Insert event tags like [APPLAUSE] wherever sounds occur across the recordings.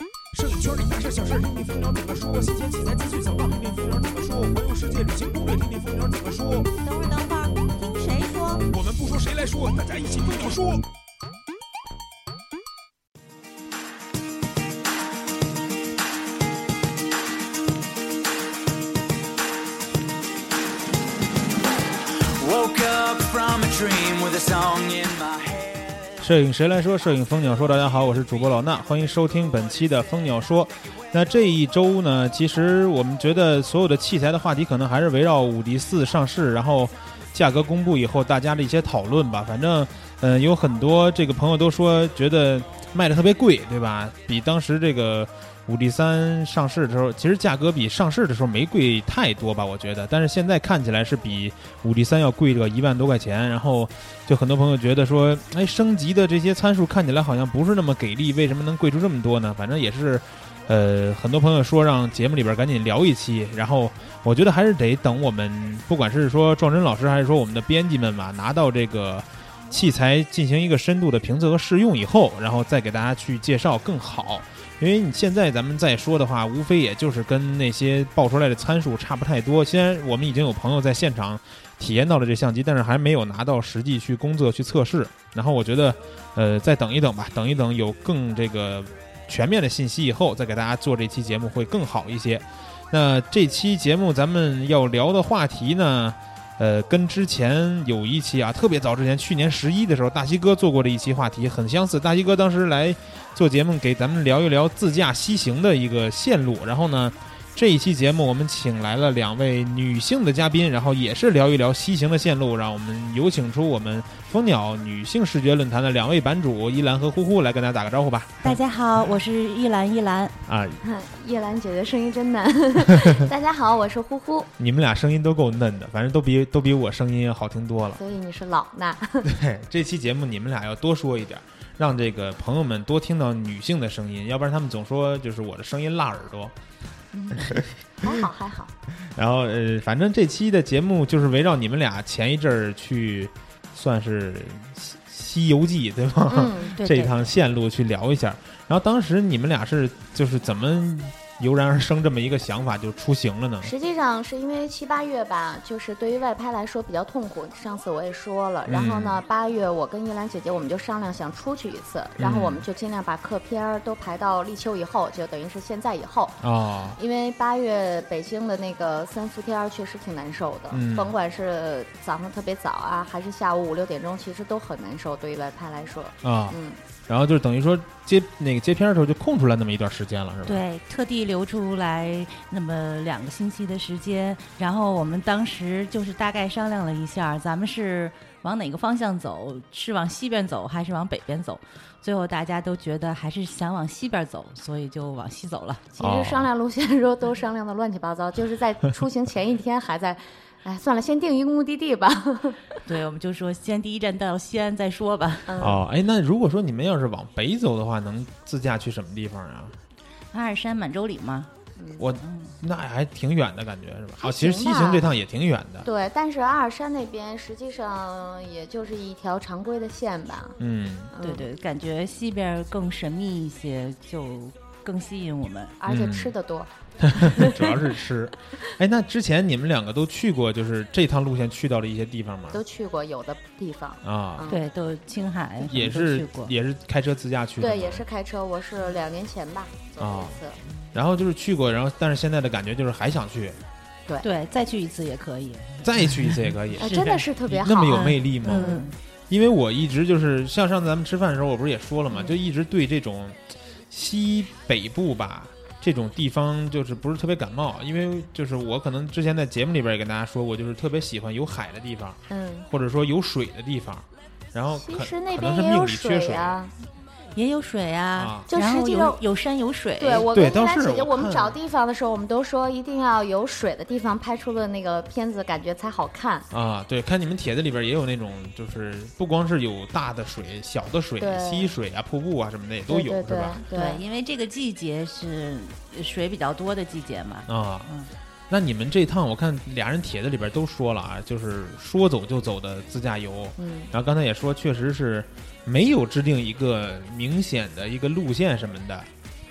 圈里大事小事，听听蜂鸟怎么说。新鲜器材资讯想到，听听蜂鸟怎么说。环游世界旅行攻略，听听蜂鸟怎么说。等会儿，等会儿，听谁说？我们不说谁来说，大家一起蜂鸟说。 Woke up from a dream with a song in my head. 摄影谁来说？摄影蜂鸟说。大家好，我是主播老衲，欢迎收听本期的蜂鸟说。那这一周呢，其实我们觉得所有的器材的话题可能还是围绕五 D 四上市，然后价格公布以后大家的一些讨论吧。反正，嗯、有很多这个朋友都说觉得卖的特别贵，对吧？比当时这个五 D 三上市的时候，其实价格比上市的时候没贵太多吧，我觉得。但是现在看起来是比五 D 三要贵个一万多块钱，然后。就很多朋友觉得说，哎，升级的这些参数看起来好像不是那么给力，为什么能贵出这么多呢？反正也是，呃，很多朋友说让节目里边赶紧聊一期，然后我觉得还是得等我们，不管是说壮真老师还是说我们的编辑们吧，拿到这个器材进行一个深度的评测和试用以后，然后再给大家去介绍更好。因为你现在咱们再说的话，无非也就是跟那些报出来的参数差不太多。虽然我们已经有朋友在现场体验到了这相机，但是还没有拿到实际去工作去测试。然后我觉得，呃，再等一等吧，等一等有更这个全面的信息以后，再给大家做这期节目会更好一些。那这期节目咱们要聊的话题呢，呃，跟之前有一期啊，特别早之前，去年十一的时候，大西哥做过的一期话题很相似。大西哥当时来做节目，给咱们聊一聊自驾西行的一个线路。然后呢，这一期节目我们请来了两位女性的嘉宾，然后也是聊一聊西行的线路。让我们有请出我们蜂鸟女性视觉论坛的两位版主依兰和呼呼来跟大家打个招呼吧。大家好，我是一兰一兰。啊，叶兰姐姐声音真难。大家好，我是呼呼，你们俩声音都够嫩的，反正都比都比我声音要好听多了。所以你是老 [LAUGHS] 衲。嘿，这期节目你们俩要多说一点儿，让这个朋友们多听到女性的声音，要不然他们总说就是我的声音辣耳朵。还好还好，然后呃，反正这期的节目就是围绕你们俩前一阵儿去，算是西《西游记》对吗？嗯，对 [LAUGHS] 这一对，趟线路去聊一下。然后当时你们俩是就是怎么油然而生这么一个想法就出行了呢？实际上是因为七八月吧，就是对于外拍来说比较痛苦。上次我也说了，然后呢，八月我跟叶兰姐姐我们就商量想出去一次，然后我们就尽量把课片儿都排到立秋以后，就等于是现在以后。哦，因为八月北京的那个三伏天儿确实挺难受的，嗯甭管是早上特别早啊，还是下午五六点钟，其实都很难受。对于外拍来说，啊，嗯，然后就是等于说接那个接片儿的时候就空出来那么一段时间了，是吧？对，特地留出来那么两个星期的时间，然后我们当时就是大概商量了一下，咱们是往哪个方向走，是往西边走还是往北边走？最后大家都觉得还是想往西边走，所以就往西走了。其哦实商量路线的时候都商量的乱七八糟，就是在出行前一天还在，哎，算了，先定一个目的地吧。 [LAUGHS] 对，我们就说先第一站到西安再说吧。嗯，哦，哎，那如果说你们要是往北走的话，能自驾去什么地方啊？阿尔山满洲里嘛，我那还挺远的感觉是吧？还哦，其实嗯行西行吧这趟也挺远的。对，但是阿尔山那边实际上也就是一条常规的线吧。嗯，嗯、对，对，感觉西边更神秘一些，就更吸引我们。而且嗯吃的多。主要是吃。哎，那之前你们两个都去过，就是这趟路线去到了一些地方吗？都去过有的地方。啊，嗯对，都青海也我们都去是过。也是开车自驾去的。对，也。是开车，我是两年前吧走过一次。然后就是去过，然后但是现在的感觉就是还想去，对，再去一次也可以。再去一次也可以。 [LAUGHS] 哎，真的是特别好那么有啊魅力吗？嗯，因为我一直就是像上次咱们吃饭的时候，我不是也说嗯了嘛，就一直对这种西北部吧这种地方就是不是特别感冒，因为就是我可能之前在节目里边也跟大家说过，就是特别喜欢有海的地方，嗯，或者说有水的地方，然后其可实那可能边是也命有里缺水水啊。也有水啊啊，就然实后际有上有山有水。哎对，我对跟当依兰时姐姐，我我们看找地方的时候，我们都说一定要有水的地方拍出的那个片子，感觉才好看。啊，对，看你们帖子里边也有那种，就是不光是有大的水、小的水、对溪水啊、瀑布啊什么的也都有，对是对吧？对对，因为这个季节是水比较多的季节嘛。啊嗯，那你们这趟我看俩人帖子里边都说了啊，就是说走就走的自驾游。嗯，然后刚才也说，确实是没有制定一个明显的一个路线什么的，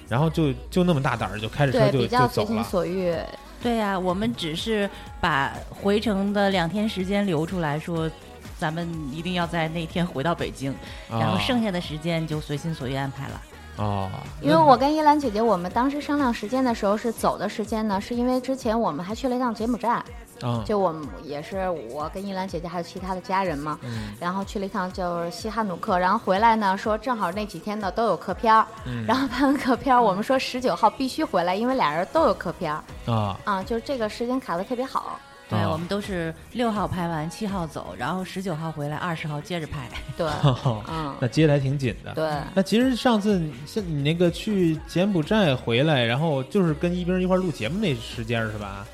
然后就就那么大胆儿就开着车对，就比就较走随心了。所欲。对呀、我们只是把回程的两天时间留出来说，咱们一定要在那天回到北京，然后啊剩下的时间就随心所欲安排了。哦，因为我跟依兰姐姐，我们当时商量时间的时候是走的时间呢，是因为之前我们还去了一趟柬埔寨，啊，就我们也是我跟依兰姐姐还有其他的家人嘛，嗯然后去了一趟就是西哈努克，然后回来呢说正好那几天呢都有课片儿，嗯然后拍完课片儿，我们说十九号必须回来，因为俩人都有课片儿啊啊，就是这个时间卡的特别好，对，啊我们都是六号拍完，七号走，然后十九号回来，二十号接着拍。对， [LAUGHS] 哈哈，嗯，那接的还挺紧的。对。那其实上次你像你那个去柬埔寨回来，然后就是跟一冰一块儿录节目那时间儿是吧？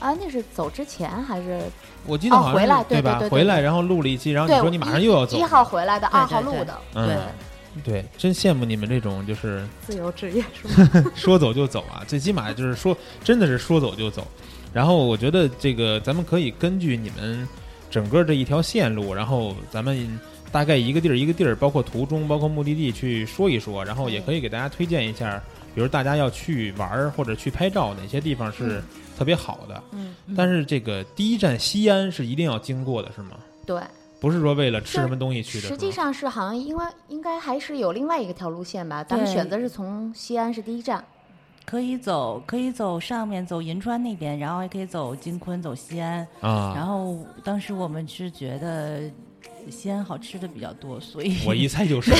啊，那是走之前还是我记得哦好像是、回来对吧？对对对回来然后录了一期，然后对你说你马上又要哦走一，号回来的，对二号对录对的，嗯对，对，真羡慕你们这种就是自由职业是吗？ [LAUGHS] 说走就走啊，最起码就是说真的是说走就走。然后我觉得这个咱们可以根据你们整个这一条线路，然后咱们大概一个地儿一个地儿，包括途中，包括目的地去说一说，然后也可以给大家推荐一下，比如大家要去玩儿或者去拍照，哪些地方是特别好的。嗯，但是这个第一站西安是一定要经过的，是吗？对，不是说为了吃什么东西去的，实际是吗上是好像因为应该还是有另外一个条路线吧，咱们对选择是从西安是第一站，可以走，可以走上面，走银川那边，然后还可以走金昆，走西安。啊， [LAUGHS] 然后当时我们是觉得西安好吃的比较多，所以 [LAUGHS] 我一猜 [LAUGHS] 就是。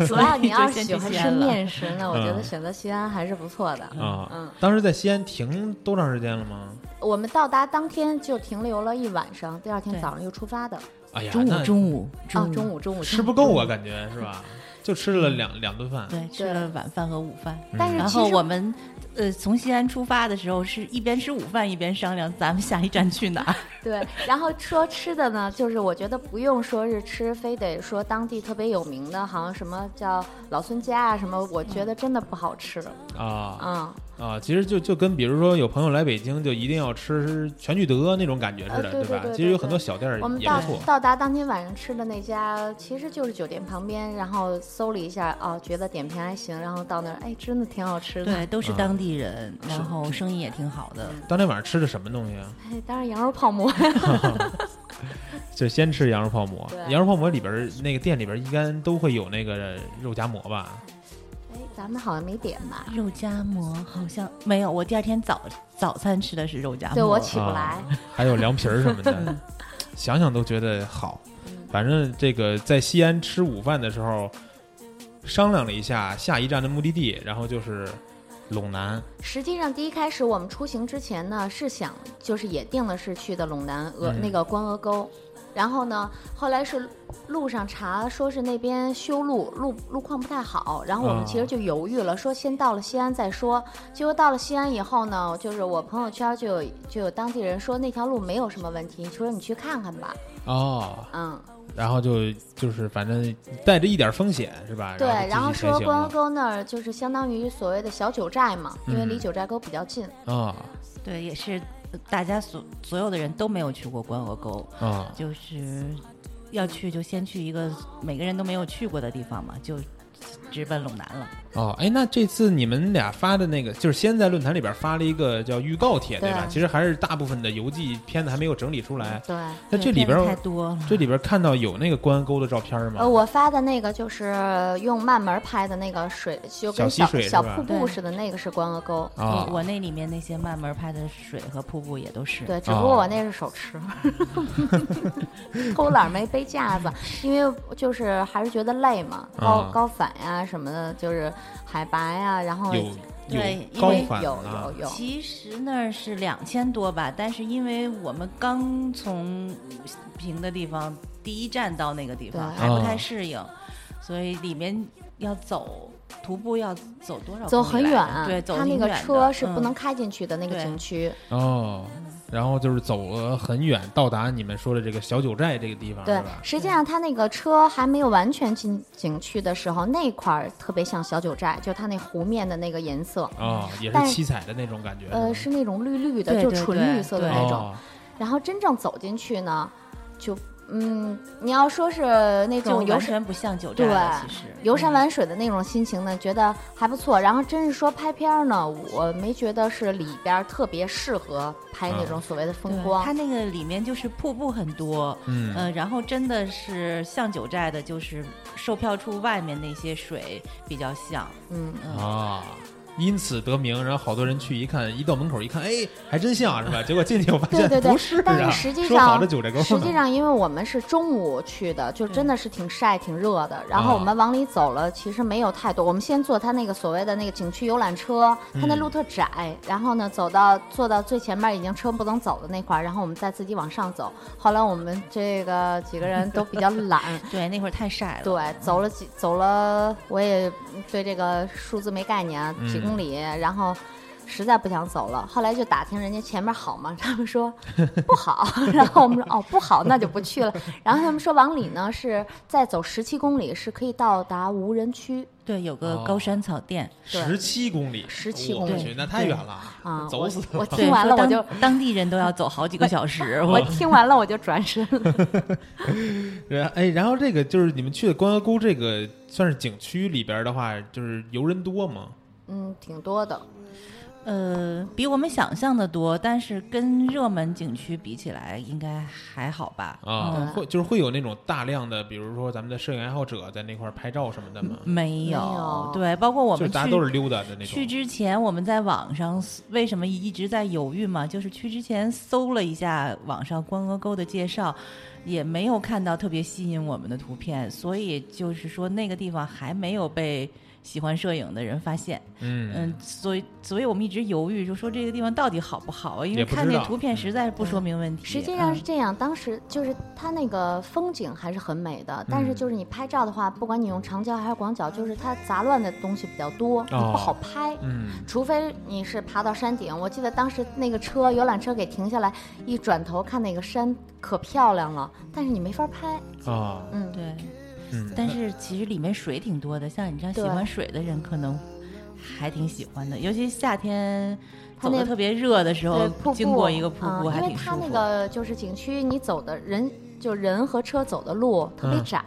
主所要以你要就是先喜去欢西吃安了。面食呢，我觉得嗯选择西安还是不错的。啊、嗯当时在西安停多长时间了吗？我们到达当天就停留了一晚上，第二天对早上又出发的。哎呀，中午那中午啊，午中午中午吃不够啊，。感觉是 [LAUGHS] 吧？就吃了两两顿饭。对吃对了晚饭和午饭。但是然其后实我们呃从西安出发的时候，是一边吃午饭一边商量咱们下一站去哪 [LAUGHS] 儿。对，然后说吃的呢，就是我觉得不用说是吃，非得说当地特别有名的，好像什么叫老孙家啊什么，我嗯觉得真的不好吃。啊嗯，啊，其实就就跟比如说有朋友来北京，就一定要吃全聚德那种感觉似的，啊对对吧？对对其实有很多小店儿我们也到不错。到达当天晚上吃的那家，其实就是酒店旁边，然后搜了一下，哦，觉得点评还行，然后到那儿，哎，真的挺好吃的。对，都是啊当地人，然后生意也挺好的。当天晚上吃的什么东西啊？哎，当然羊肉泡馍， [LAUGHS] 哎就先吃羊肉泡馍对，羊肉泡馍里边儿那个店里边儿一般都会有那个肉夹馍吧？哎，咱们好像没点吧？肉夹馍好像没有，我第二天早早餐吃的是肉夹馍。对我起不来啊，还有凉皮儿什么 [LAUGHS] 的，想想都觉得好。嗯反正这个在西安吃午饭的时候，商量了一下下一站的目的地，然后就是陇南实际上，第一开始我们出行之前呢，是想就是也定了是去的陇南鹅、嗯那个关鹅沟，然后呢，后来是路上查说是那边修路，路路况不太好，然后我们啊其实就犹豫了，说先到了西安再说。结果到了西安以后呢，就是我朋友圈就有就有当地人说那条路没有什么问题，说你去看看吧，哦，嗯，然后就就是反正带着一点风险是吧？对，然后后说关鹅沟那儿就是相当于所谓的小九寨嘛，因为离嗯九寨沟比较近，啊对，也是呃大家所所有的人都没有去过关河沟，啊就是要去就先去一个每个人都没有去过的地方嘛，就直奔陇南了。哦，哎，那这次你们俩发的那个，就是先在论坛里边发了一个叫预告帖，对吧？对其实还是大部分的邮寄片子还没有整理出来。对。那对这里片边子儿太多了，这里边看到有那个关沟的照片吗？呃，我发的那个就是用慢门拍的那个水，就跟小小溪水是小吧瀑布对似的，那个是关鹅沟。啊，我我那里面那些慢门拍的水和瀑布也都是。对，只不哦过我那是 [LAUGHS] 手持，偷懒儿没背架子，因为就是还是觉得累嘛，高、啊高反呀、什么的，就是海拔呀、然后有对有因高为反有啊有有其实那儿是两千多吧，但是因为我们刚从平的地方第一站到那个地方对还不哦太适应，所以里面要走徒步要走多少走公很里来远着，对，走他那挺个远的车是不嗯能开进去的那个对景区。哦，然后就是走了很远，到达你们说的这个小九寨这个地方，对啊是吧，？实际上他那个车还没有完全进景区的时候，那块儿特别像小九寨，就它那湖面的那个颜色。哦，也是但七彩的那种感觉，呃，是是那种绿绿的，对就对纯对哦绿色的吧那种。哦然后真正走进去呢，就嗯，你要说是那就种游完山全不像九寨对了，其实嗯游山玩水的那种心情呢，觉得还不错。然后真是说拍片儿呢，我没觉得是里边儿特别适合拍那种所谓的风对光。它那个里面就是瀑布很多，嗯呃，然后真的是像九寨的，就是售票处外面那些水比较像，嗯，嗯、啊，因此得名。然后好多人去一看，一到门口一看，哎，还真像是吧？结果进去我发现对对对不是啊，但是实际说好上的九寨沟呢，实际上，因为我们是中午去的，就真的是挺晒、挺热的。然啊后我们往里走了，其实没有太多。我们先坐它那个所谓的那个景区游览车，它嗯那路特窄。然后呢，走到坐到最前面已经车不能走的那块儿，然后我们再自己往上走。后来我们这个几个人都比较懒，对，那会儿太晒了，对，走了几走了，我也对这个数字没概念，几公里，然后实在不想走了，后来就打听人家前面好吗？ [LAUGHS] 他们说不好，然后我们说哦不好，那就不去了。然后他们说往里呢是再走十七公里是可以到达无人区对，有个哦高山草甸，对十七公里， 17我公里去，那太远了啊，走死我我了。对听完了说我当就。当地人都要走好几个小时，我我听完了我就转身了，然 [LAUGHS] 哎，然后这个就是你们去的关河沟这个算是景区里边的话，就是游人多吗？嗯，挺多的，呃比我们想象的多，但是跟热门景区比起来，应该还好吧？啊，嗯会就是会有那种大量的，比如说咱们的摄影爱好者在那块儿拍照什么的吗？嗯没有，有对，包括我就是们大家去都是溜达的那去种。之前，我们在网上为什么一直在犹豫嘛？就是去之前搜了一下网上关河沟的介绍，也没有看到特别吸引我们的图片，所以就是说那个地方还没有被喜欢摄影的人发现。嗯，嗯，所以所以我们一直犹豫，就说这个地方到底好不好啊？因也为不看知那道嗯图片实在是不说明问题。实际上嗯是这样，当时就是它那个风景还是很美的，但嗯是就是你拍照的话，不管你用长焦还是广角，就是它杂乱的东西比较多，你不哦好拍。嗯，除非你是爬到山顶，我记得当时那个车游览车给停下来，一转头看那个山可漂亮了，但是你没法拍。啊，嗯，对，嗯，但是其实里面水挺多的，像你这样喜对欢水的人可能还挺喜欢的，尤其夏天它走的那特别热的时候对，瀑布经过一个瀑布嗯还因为挺舒它服。那个就是景区，你走的人就人和车走的路特别嗯窄，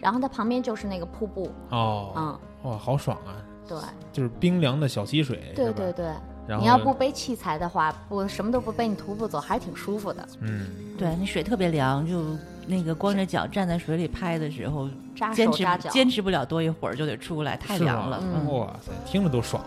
然后它旁边就是那个瀑布，哦，嗯，哇，好爽啊！对。就是冰凉的小溪水，对是吧对对，然后你要不背器材的话，不什么都不背，你徒步走还挺舒服的，嗯，对，那水特别凉，就那个光着脚站在水里拍的时候，扎手坚持扎脚。坚持不了多一会儿就得出来，太是吗哦凉了。嗯哇塞，听着都爽。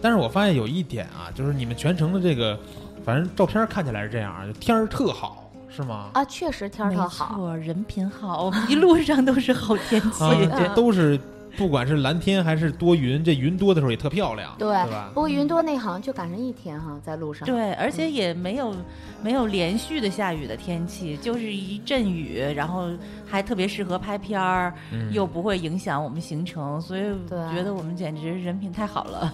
但是我发现有一点啊，就是你们全程的这个，反正照片看起来是这样啊，就天儿特好，是吗？啊，确实天儿没特好，错，人品好， [LAUGHS] 我们一路上都是好天气。啊，嗯这都是不管是蓝天还是多云，这云多的时候也特漂亮，对吧？不过云多那好像就赶上一天哈，在路上。对，而嗯且也没有没有连续的下雨的天气，就是一阵雨，然后还特别适合拍片儿，嗯又不会影响我们行程，所以对啊觉得我们简直人品太好了。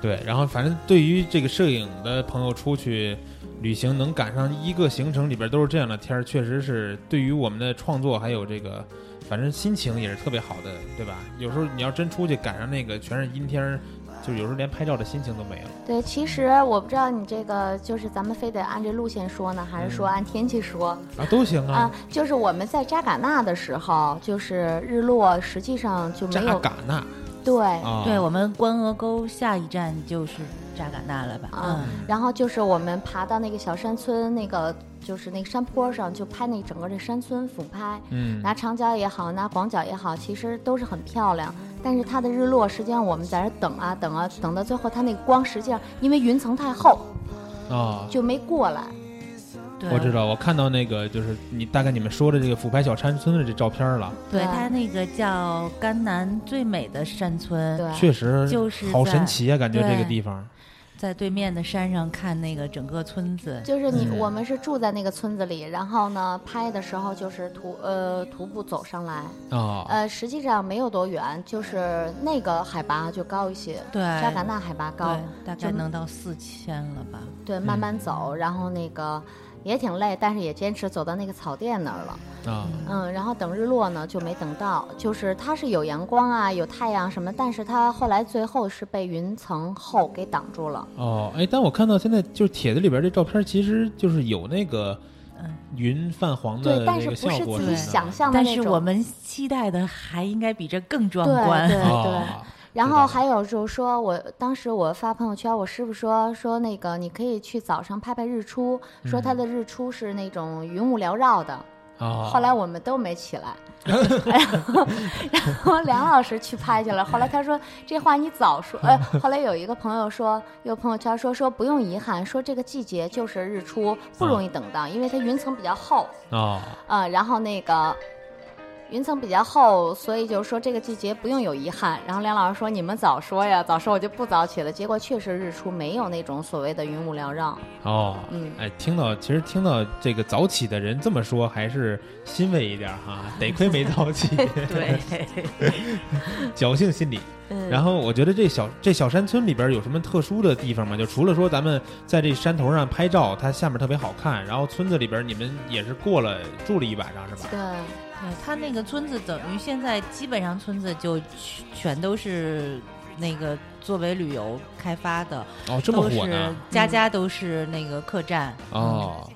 对，然后反正对于这个摄影的朋友出去旅行，能赶上一个行程里边都是这样的天儿，确实是对于我们的创作还有这个，反正心情也是特别好的，对吧？有时候你要真出去赶上那个全是阴天儿，就有时候连拍照的心情都没了。对，其实我不知道你这个就是咱们非得按这路线说呢，还是嗯说按天气说啊，都行啊啊。？就是我们在扎尕那的时候，就是日落，实际上就扎没有尕那对啊，对我们关河沟下一站就是扎尕那了吧？啊嗯，然后就是我们爬到那个小山村，那个就是那个山坡上，就拍那整个这山村俯拍，嗯拿长焦也好，拿广角也好，其实都是很漂亮。但是它的日落，实际上我们在这等啊等啊，等到最后它那个光，实际上因为云层太厚，啊。就没过来。对，我知道，我看到那个就是你大概你们说的这个俯拍小山村的这照片了，对啊对它那个叫甘南最美的山村，对，确实就是好在神奇啊，感觉这个对地方。在对面的山上看那个整个村子。就是你、嗯我们是住在那个村子里，然后呢拍的时候就是徒呃徒步走上来，啊，呃实际上没有多远，就是那个海拔就高一些，对，扎尕那海拔高。对，大概能到四千了吧？对，嗯慢慢走，然后那个也挺累，但是也坚持走到那个草甸那儿了。呃啊，嗯，然后等日落呢就没等到，就是它是有阳光啊，有太阳什么，但是它后来最后是被云层厚给挡住了。哦，哎，但我看到现在就是帖子里边这照片，其实就是有那个嗯，云泛黄的对，但那个是不效是果自什己么的想象的但那是种。我们期待的还应该比这更壮对观。对对。啊然知道后了还有就是说，我当时我发朋友圈，我师傅说说那个你可以去早上拍拍日出，嗯说它的日出是那种云雾缭绕的。啊，后来我们都没起来， [LAUGHS] 然后然后梁老师去拍去了。后来他说这话你早说，呃，后来有一个朋友说，有朋友圈说说不用遗憾，说这个季节就是日出不容易等到，因为它云层比较厚，啊呃，然后那个。云层比较厚，所以就是说这个季节不用有遗憾。然后梁老师说：“你们早说呀，早说我就不早起了。”结果确实日出没有那种所谓的云雾缭绕。哦，嗯哎，听到其实听到这个早起的人这么说，还是欣慰一点哈、得亏没早 [LAUGHS] 起， [LAUGHS] 对，侥幸心理。嗯，然后我觉得这小这小山村里边有什么特殊的地方吗？就除了说咱们在这山头上拍照，它下面特别好看，然后村子里边你们也是过了住了一晚上是吧？对，对呃他那个村子等于现在基本上村子就全全都是那个作为旅游开发的，哦，这都么是火呢？家家都是那个客栈。嗯哦，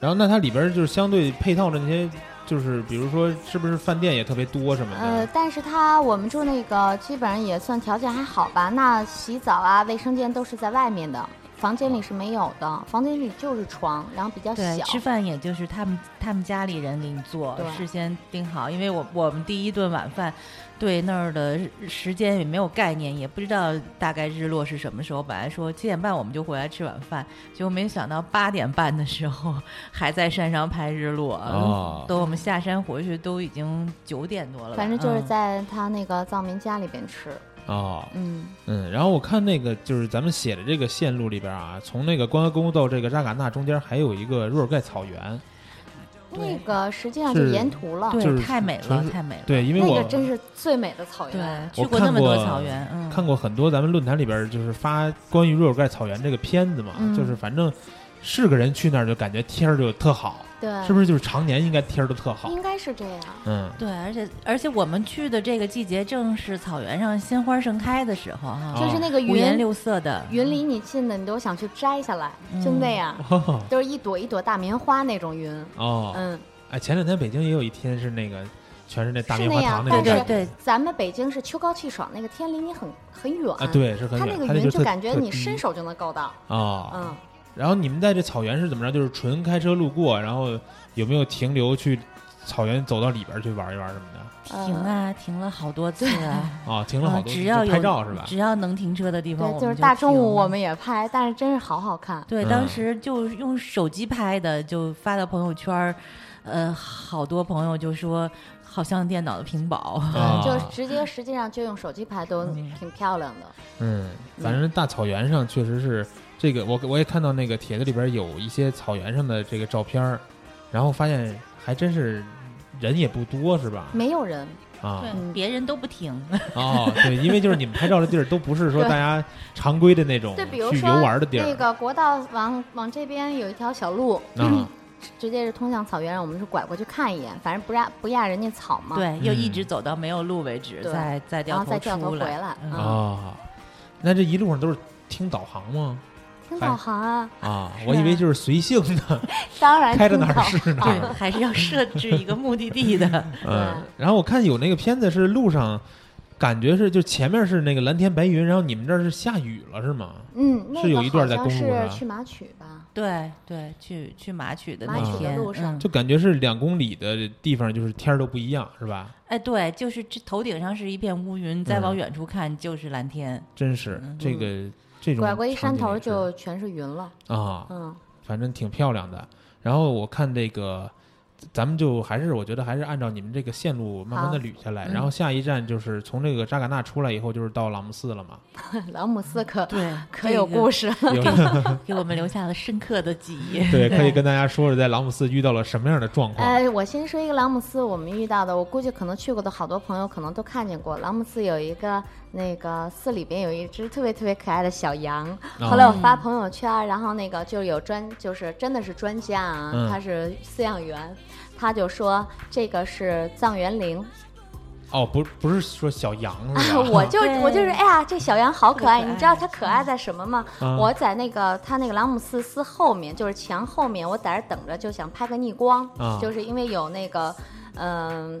然后那它里边就是相对配套的那些，就是比如说是不是饭店也特别多什么呃的？，但是它我们住那个基本上也算条件还好吧。那洗澡啊、卫生间都是在外面的，房间里是没有的。房间里就是床，然后比较对，小。吃饭也就是他们他们家里人给你做对，事先定好，因为我我们第一顿晚饭对那儿的时间也没有概念，也不知道大概日落是什么时候。本来说七点半我们就回来吃晚饭，结果没想到八点半的时候还在山上拍日落。嗯哦等我们下山回去都已经九点多了吧，反正就是嗯在他那个藏民家里边吃。哦，嗯，嗯，然后我看那个就是咱们写的这个线路里边啊，从那个关河公路到这个扎尕那中间还有一个若尔盖草原，那个实际上就是沿途了。就对，是太美了纯是，太美了。对，因为哦那我个真是最美的草原。对，我去过那么多看过草原，嗯，看过很多咱们论坛里边就是发关于若尔盖草原这个片子嘛，嗯就是反正是个人去那儿就感觉天儿就特好，对，是不是就是常年应该天儿都特好？应该是这样。嗯，对，而且而且我们去的这个季节正是草原上鲜花盛开的时候哈，啊就是那个哦五颜云，六色的。云离你近的，你都想去摘下来，就那样， [LAUGHS] 哦，就是一朵一朵大棉花那种云。哦嗯，哎，前两天北京也有一天是那个全是那大是棉花那糖样，那种但是对感对对咱们北京是秋高气爽，那个天离你很很远啊，，对，是很它远，那个它云就就特感觉特你低伸手就能够到，哦，嗯，然后你们在这草原是怎么着？就是纯开车路过，然后有没有停留去草原走到里边去玩一玩什么的？停呃啊，停了好多次啊，啊，停了好嗯，多，只要就有拍照是吧？只要能停车的地方，对，我就是们大中午停我们也拍，但是真是好好看，对嗯当时就用手机拍的，就发到朋友圈儿，呃，好多朋友就说好像电脑的屏保，啊，就是直接实际上就用手机拍都挺漂亮的，嗯，反正大草原上确实是这个，我我也看到那个帖子里边有一些草原上的这个照片儿，然后发现还真是人也不多是吧？没有人，啊对，别人都不停，哦，对，因为就是你们拍照的地儿都不是说 [LAUGHS] 对大家常规的那种对，比如去说游玩的地儿，那个国道往往这边有一条小路，啊 [CLEARS THROAT] 直接是通向草原，我们是拐过去看一眼，反正不让不压人家草嘛，，对，又一嗯直走到没有路为止，对再再然掉后头再掉头出回来。来，嗯嗯，啊，那这一路上都是听导航吗？听哎导航啊，啊，是我以为啊就是随性 [LAUGHS] 的，当然开到听哪儿导是哪对啊儿。，还是要设置一个目的地的。 [LAUGHS] 嗯，然后我看有那个片子是路上，感觉是就前面是那个蓝天白云，然后你们这儿是下雨了是吗？嗯，那是有个一好段在像公路是上去马曲吧， [LAUGHS] 对对，去去马曲的马那曲的天，路上嗯就感觉是两公里的地方，就是天儿都不一样是吧？哎，对，就是这头顶上是一片乌云，再往嗯远处看就是蓝天。真是这个这种嗯拐过一山场景头也是就全是云了，啊，嗯。反正挺漂亮的。然后我看这个，咱们就还是我觉得还是按照你们这个线路慢慢的好捋下来。然后下一站就是从这个扎尕那出来以后，就是到朗姆寺了嘛。朗姆斯可对，啊可有故事，有事，给我们留下了深刻的记忆。对，可以跟大家说说在朗姆寺遇到了什么样的状况。哎，我先说一个朗姆斯，我们遇到的，我估计可能去过的好多朋友可能都看见过。朗姆斯有一个那个寺里边有一只特别特别可爱的小羊，后来我发朋友圈，然后那个就有专就是真的是专家啊，嗯他是饲养员，他就说这个是藏原羚，哦，不不是说小羊是 [LAUGHS] 啊，吧？ [LAUGHS] 我就对我就是，哎呀，这小羊好可爱！特别可爱你知道它可爱在什么吗？啊我在那个它那个朗姆斯斯后面，就是墙后面，我在那儿等着，就想拍个逆光，啊就是因为有那个，嗯、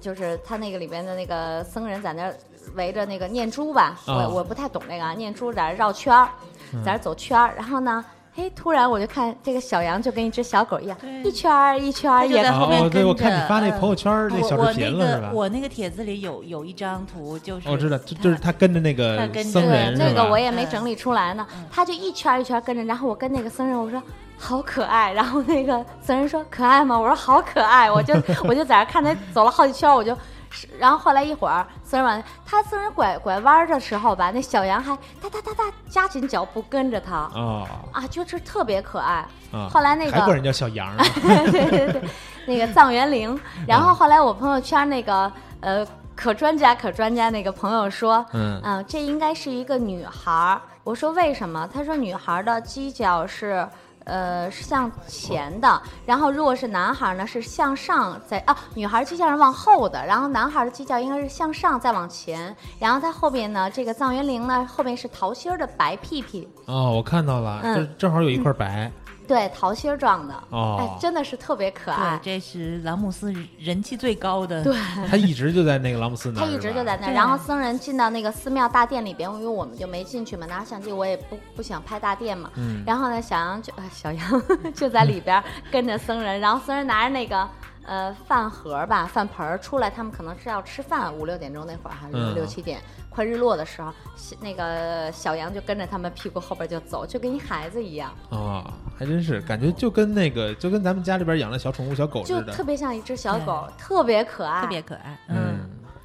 就是它那个里边的那个僧人在那儿围着那个念珠吧，啊我我不太懂那个啊，念珠在那儿绕圈儿，在那儿走圈儿，然后呢。嘿，突然我就看这个小羊就跟一只小狗一样对，一圈儿一圈它儿就也在后面哦，跟对，着我看你发那嗯朋友圈儿那我小我视那频了是吧哦个？我那个帖子里有有一张图，就是我知道，这就是它他跟着那他个跟着僧人对，是那个吧我也没整理出来呢。他就一圈儿一圈儿跟着，然后我跟那个僧人我说。好可爱，然后那个僧人说可爱吗？我说好可爱，我就我就在那看他走了好几圈儿，我就，是然后后来一会儿僧人往他僧人拐拐弯儿的时候吧，那小羊还哒哒哒哒加紧脚步跟着他哦啊，就是特别可爱。啊，后来那个还管人叫小羊啊呢 [LAUGHS] 对对对，那个藏元嗯铃。然后后来我朋友圈那个呃可专家可专家那个朋友说，嗯啊这应该是一个女孩儿。我说为什么？他说女孩儿的犄角是。呃，是向前的，然后如果是男孩儿呢，是向上在啊，女孩儿犄角是往后的，然后男孩儿的犄角应该是向上再往前，然后他后边呢，这个藏元铃呢后面是桃心儿的白屁屁，哦，我看到了，嗯这正好有一块白对，桃心儿状的，哦哎，真的是特别可爱对，，这是朗姆斯人气最高的，啊对他一直就在那个朗姆斯那嗯他儿，一直就在那儿，对啊然后僧人进到那个寺庙大殿里边，因为我们就没进去嘛，拿着相机我也不不想拍大殿嘛。嗯然后呢，小羊就、呃、小羊 [LAUGHS] 就在里边跟着僧人，然后僧人拿着那个呃饭盒吧、饭盆儿出来，他们可能是要吃饭，五六点钟那会儿哈，嗯六六七点快日落的时候，小那个小羊就跟着他们屁股后边就走，就跟一孩子一样，哦，还真是感觉就跟那个就跟咱们家里边养的小宠物小狗就似特的，别像一只小狗，特别可爱，特别可爱，嗯。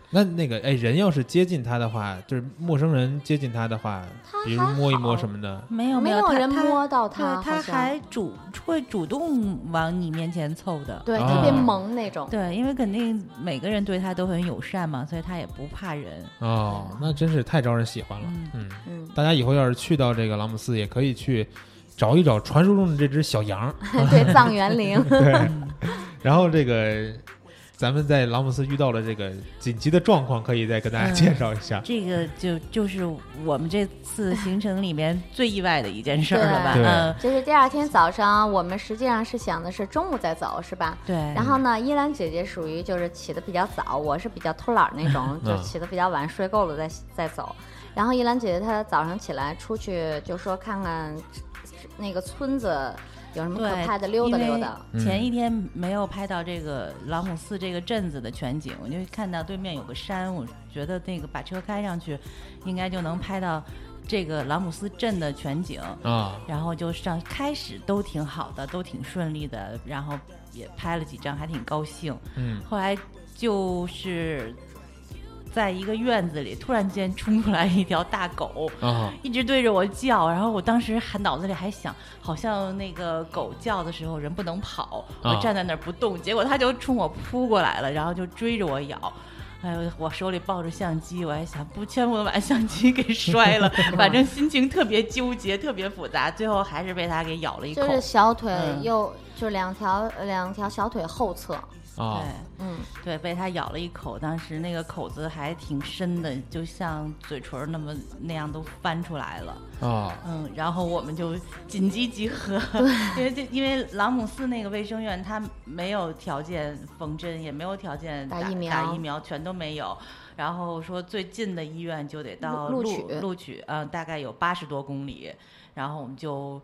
那那个哎，人要是接近它的话，就是陌生人接近它的话，它比如还摸一摸好什么的，没有没有有它人它摸到对它，它好像还主会主动往你面前凑的。对啊特别萌那种。对，因为肯定每个人对它都很友善嘛，所以它也不怕人。哦，那真是太招人喜欢了。嗯嗯，嗯，大家以后要是去到这个朗姆斯，也可以去找一找传说中的这只小 [LAUGHS] 羊。对，藏 [LAUGHS] 元铃。对，然后这个咱们在朗姆斯遇到了这个紧急的状况，可以再跟大家嗯介绍一下。这个就就是我们这次行程里面最意外的一件事儿了吧？对嗯，就是第二天早上，我们实际上是想的是中午再走，是吧？对。然后呢，依兰姐姐属于就是起的比较早，我是比较偷懒儿那种，就起的比较晚，睡够了再再走。然后依兰姐姐她早上起来出去就说看看那个村子有什么可对，拍的，溜达溜达。。前一天没有拍到这个朗姆寺这个镇子的全景，我就看到对面有个山，我觉得那个把车开上去，应该就能拍到这个朗姆斯镇的全景。啊，然后就上开始都挺好的，都挺顺利的，然后也拍了几张，还挺高兴。嗯，后来就是在一个院子里，突然间冲出来一条大狗，啊，一直对着我叫，然后我当时还脑子里还想，好像那个狗叫的时候人不能跑，啊我站在那儿不动，结果它就冲我扑过来了，然后就追着我咬。哎呦，我手里抱着相机，我还想不，千万把相机给摔 [LAUGHS] 了。反正心情特别纠结，特别复杂，最后还是被它给咬了一口。就是小腿嗯右，就两条两条小腿后侧，啊，嗯，对对，被它咬了一口，当时那个口子还挺深的，就像嘴唇儿那么那样都翻出来了。啊，嗯，然后我们就紧急集合， [LAUGHS] 因为这因为朗姆寺那个卫生院它没有条件缝针，也没有条件打打疫苗打疫苗全都没有。然后说最近的医院就得到录录录取录取，嗯、大概有八十多公里，然后我们就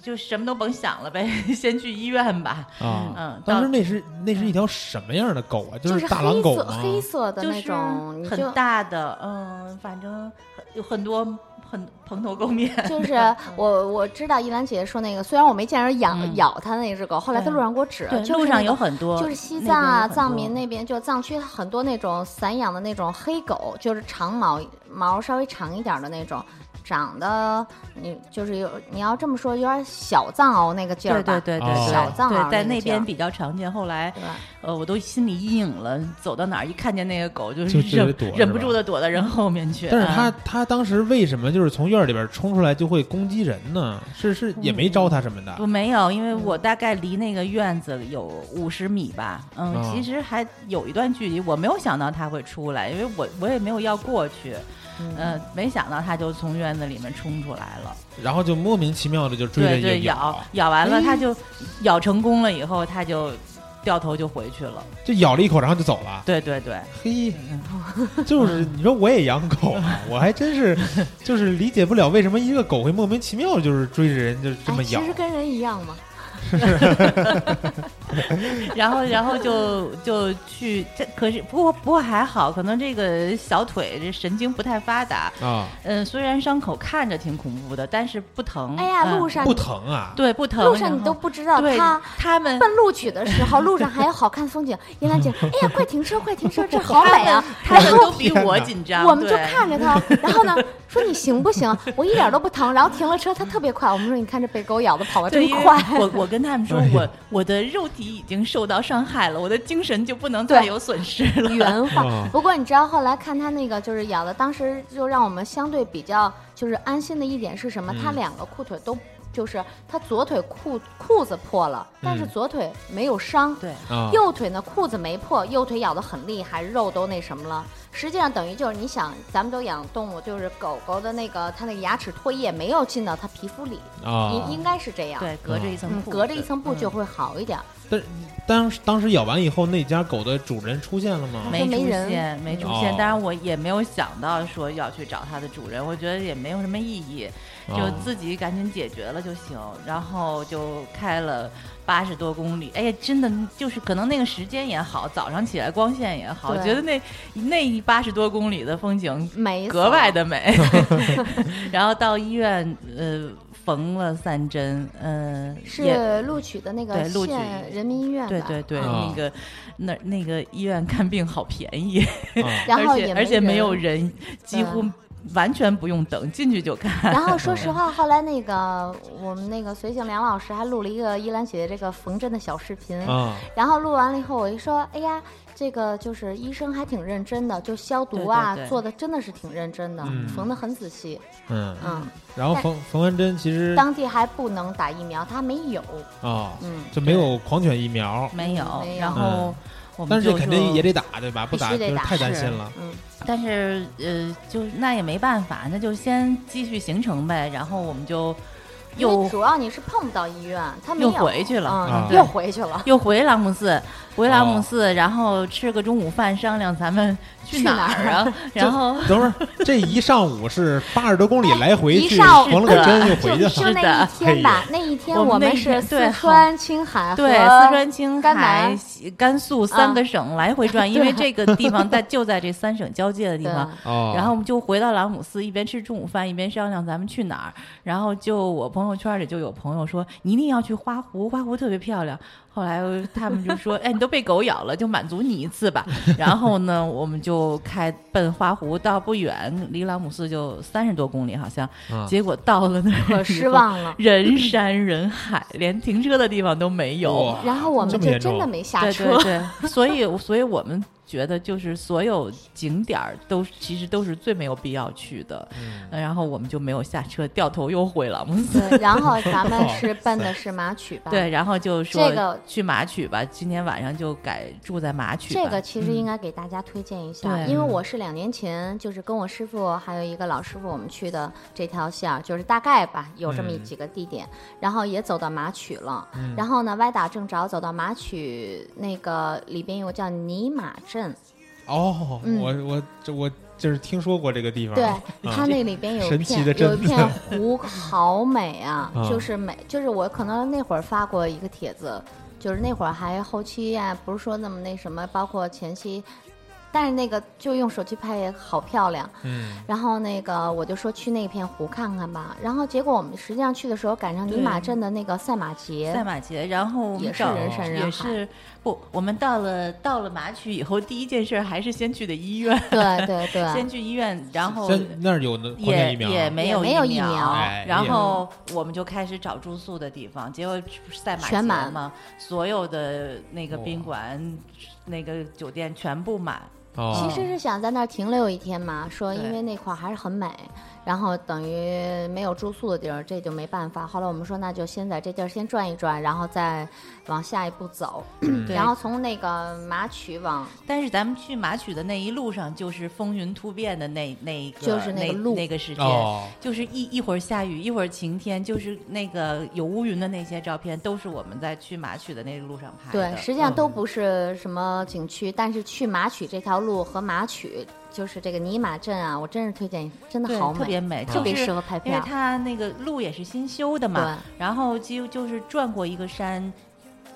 就什么都甭想了呗， [LAUGHS] 先去医院吧。啊嗯，当到时那是那是一条什么样的狗啊？嗯就是是大狼狗黑色吗？黑色的就那是种，你就很大的，嗯，反正很有很多很蓬头垢 [LAUGHS] 面， [LAUGHS] 就是我我知道依兰姐姐说那个，虽然我没见人咬、嗯咬它那只狗，后来在对路上给我指，对，就是 [LAUGHS] 路上那有个很多，就是西那藏边有啊、很多藏民那边，就藏区很多那种散养的那种黑狗，就是长毛毛稍微长一点的那种，长得你就是有你要这么说，有点小藏獒那个劲儿对吧？对对对哦对，小藏獒那对个在那劲儿边比较常见。后来对吧呃，我都心理阴影了，走到哪儿一看见那个狗，就就是就忍得躲忍是不吧住的躲到人后面去。 [LAUGHS] 但是啊嗯他他当时为什么就是从院里边冲出来就会攻击人呢？是是也没招他什么的嗯我没有，因为我大概离那个院子有五十米吧，嗯，哦其实还有一段距离。我没有想到他会出来，因为我我也没有要过去，嗯呃，没想到他就从院子里面冲出来了，然后就莫名其妙的就追着对一个对，咬咬完哎了，他就咬成功了以后，他就掉头就回去了，就咬了一口，然后就走了。对对对，嘿，嗯 [LAUGHS] 就是你说我也养狗啊，我还真是就是理解不了为什么一个狗会莫名其妙地就是追着人就这么哎，咬其。实跟人一样嘛。然后然后就就去这，可是不过不过还好，可能这个小腿这神经不太发达，啊，嗯，虽然伤口看着挺恐怖的，但是不疼，哎呀，嗯路上不疼啊，对，不疼。路上你然都后不知道对它。他们奔录取的时候，路上还有好看风景。叶 [LAUGHS] 兰姐，哎呀，快停车，快停车，这好美啊！他们都比天我哪紧张，我们就对看着他，然后呢，说你行不行？我一点都不疼。然后停了车，他特别快。我们说你看这被狗咬的跑得对，真因为快。 [LAUGHS] 我我跟他们说，哎呀我我的肉体已经受到伤害了，我的精神就不能再对有损失了。原哦嗯话，不过你知道后来看他那个就是咬的，当时就让我们相对比较就是安心的一点是什么？他嗯两个裤腿都就是他左腿裤裤子破了，但是嗯左腿没有伤，对，啊，右腿呢，裤子没破，右腿咬得很厉害，肉都那什么了。实际上等于就是你想，咱们都养动物，就是狗狗的那个它那个牙齿唾液没有进到它皮肤里，啊哦应应该是这样。对，隔着一层嗯，布隔着子一层布就会好一点。当当时咬完以后，那家狗的主人出现了吗？没就没出人现，没出哦现。当然，我也没有想到说要去找它的主人，我觉得也没有什么意义，就哦自己赶紧解决了就行。然后就开了八十多公里，哎呀，真的就是可能那个时间也好，早上起来光线也好，对觉得那那一八十多公里的风景没格外的美。 [LAUGHS] 然后到医院，呃，缝了三针，嗯、呃，也是录取的那个对录取县人民医院吧，对对对，啊那个那那个医院看病好便宜，啊然后而且也而且没有人。人，几乎嗯完全不用等，进去就看。然后说实话，后来那个我们那个随行梁老师还录了一个依兰姐姐这个缝针的小视频，啊然后录完了以后，我一说，哎呀，这个就是医生还挺认真的，就消毒啊对对对做的真的是挺认真的，嗯缝的很仔细。嗯，嗯，然后冯冯文珍其实当地还不能打疫苗，他没有。啊嗯，就没有狂犬疫苗，没有没，有然后我嗯但们是就这肯定说也得打对吧？不打必须就得是打太担是心了。嗯，但是呃，就是那也没办法，那就先继续行程呗。然后我们就因为又主要你是碰不到医院，他没有。又回去了啊嗯，对又 [LAUGHS] 回去了。又回拉姆寺，回拉哦姆寺，然后吃个中午饭，商量咱们去去哪哪儿儿 [LAUGHS] 啊？然后等会儿这一上午是八十多公里来回一去，上午缝了个针又就回去了。就那一天吧，那一天我们我那们一是天对四川、青海和对，四川、青甘啊海南、西甘肃三个省来回 [LAUGHS] 转，因为这个地方在就在这三省交界的地对方。哦，然后我们就回到朗姆寺，一边吃中午饭，一边商量咱们去哪儿。然后就我朋友圈里就有朋友说，你一定要去花湖，花湖特别漂亮。后来他们就 [LAUGHS] 说，哎，你都被狗咬了，就满足你一次吧。然后呢，我们就开奔花湖，到不远，离朗姆寺就三十多公里，好像。啊结果到了那儿，可失。望了。人山人海，连停车的地方都没有哇。然后我这们么就严重真的没下对车对。对， [LAUGHS] 所以所以我们觉得就是所有景点儿都其实都是最没有必要去的，嗯呃然后我们就没有下车，掉头又回朗姆 [LAUGHS] 寺。对，然后 [LAUGHS] 咱们是奔的是马曲吧？对，然后就说这个去马曲吧，今天晚上就改住在马曲吧。嗯这个其实应该给大家推荐一下，对因为我是两年前就是跟我师傅还有一个老师傅我们去的这条线儿，就是大概吧有这么嗯几个地点，然后也走到马曲了，嗯然后呢歪打正着走到马曲那个里边有个叫尼玛镇，哦，嗯我我这我就是听说过这个地方，对啊，它那里边有一神奇的片镇有一片湖， [LAUGHS] 好美啊啊！就是美，就是我可能那会儿发过一个啊帖子，就是那会儿还后期呀、不是说那么那什么，包括前期。但是那个就用手机拍也好漂亮。嗯，然后那个我就说去那片湖看看吧，然后结果我们实际上去的时候赶上尼玛镇的那个赛马节，赛马节，然后我们也是找人山人也海是不，我们到了到了马曲以后，第一件事儿还是先去的医院，对对对 [LAUGHS] 先，去医院，然后先那儿有那狂犬也疫苗啊，也没有也没有疫疫苗嗯哎然也后我们就开始找住宿的地方，结果赛马全节满嘛，所有的那个哇宾馆、那个酒店全部满，哦其实是想在那儿停留一天嘛，说对因为那块儿还是很美，然后等于没有住宿的地儿，这就没办法。后来我们说那就先在这地儿先转一转，然后再往下一步走，嗯对然后从那个马曲往但是咱们去马曲的那一路上，就是风云突变的那那一个，就是那那个路那个时间，哦就是一一会儿下雨，一会儿晴天，就是那个有乌云的那些照片，都是我们在去马曲的那个路上拍的。对，实际上都不是什么景区，但是去马曲这条路和马曲就是这个尼玛镇啊，我真是推荐，真的对好特别美，嗯美，特别就是适合拍因为片。它那个路也是新修的嘛，然后就就是转过一个山，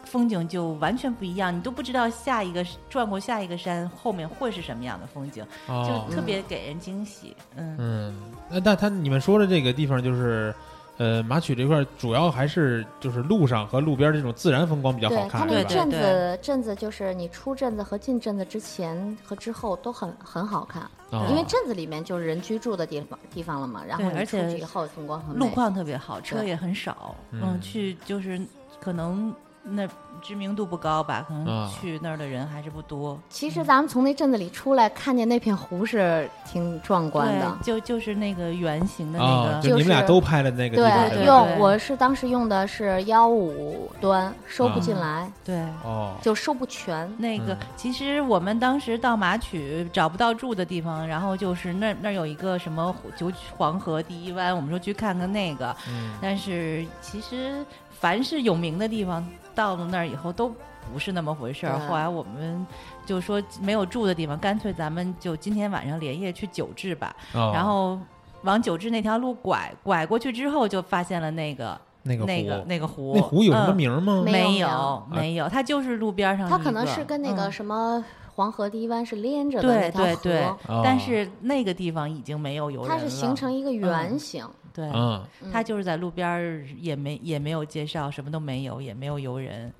风景就完全不一样，你都不知道下一个转过下一个山后面会是什么样的风景，哦就，特别给人惊喜。嗯，嗯，那那他你们说的这个地方就是。呃，马曲这块儿主要还是就是路上和路边儿这种自然风光比较好对它看，那是个吧？镇对子，镇子就是你出镇子和进镇子之前和之后都很很好看，哦因为镇子里面就是人居住的地方地方了嘛。然后对而你出且去以后，风光很美。路况特别好，车对也很少，嗯嗯，去就是可能那知名度不高吧，可能啊去那儿的人还是不多。其实咱们从那镇子里出来，看见那片湖是挺壮观的。对，就就是那个圆形的那哦个，就你们俩都拍的那个地方，对，是吧？用我是当时用的是幺五端，收嗯不进来，对。哦，就收不全。那个嗯，其实我们当时到马曲找不到住的地方，然后就是那那儿有一个什么九曲黄河第一湾，我们说去看看那个，嗯，但是其实凡是有名的地方，到了那儿以后都不是那么回事儿。对后来我们就说没有住的地方，干脆咱们就今天晚上连夜去九治吧。哦然后往九治那条路拐，拐过去之后就发现了那个那个那湖个那个湖，那湖有什么嗯？名儿吗？没没有有没有，它就是路边上一个。它可能是跟那个嗯什么黄河第一湾是连着的那对条对河，对哦，但是那个地方已经没有游人它了。嗯是形成一个圆形。对，嗯，嗯他就是在路边儿，也没也没有介绍，什么都没有，也没有游人。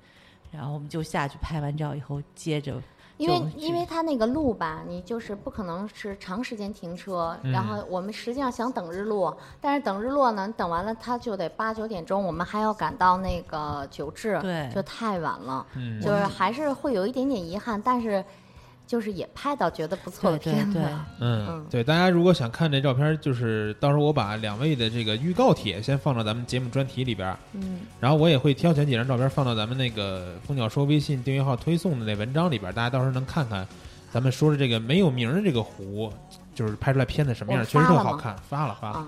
然后我们就下去拍完照以后，接着因为就因为它那个路吧，你就是不可能是长时间停车，嗯然后我们实际上想等日落，但是等日落呢，等完了它就得八九点钟，我们还要赶到那个九治，对就太晚了，嗯就是还是会有一点点遗憾，但是就是也拍到觉得不错的对对片子对，嗯嗯，对，大家如果想看这照片儿，就是到时候我把两位的这个预告帖先放到咱们节目专题里边儿，嗯，然后我也会挑选几张照片儿放到咱们那个蜂鸟说微信订阅号推送的那文章里边儿，大家到时候能看看咱们说的这个没有名儿的这个湖，就是拍出来片子什么样儿，我确实发特了好吗看，发了发了啊。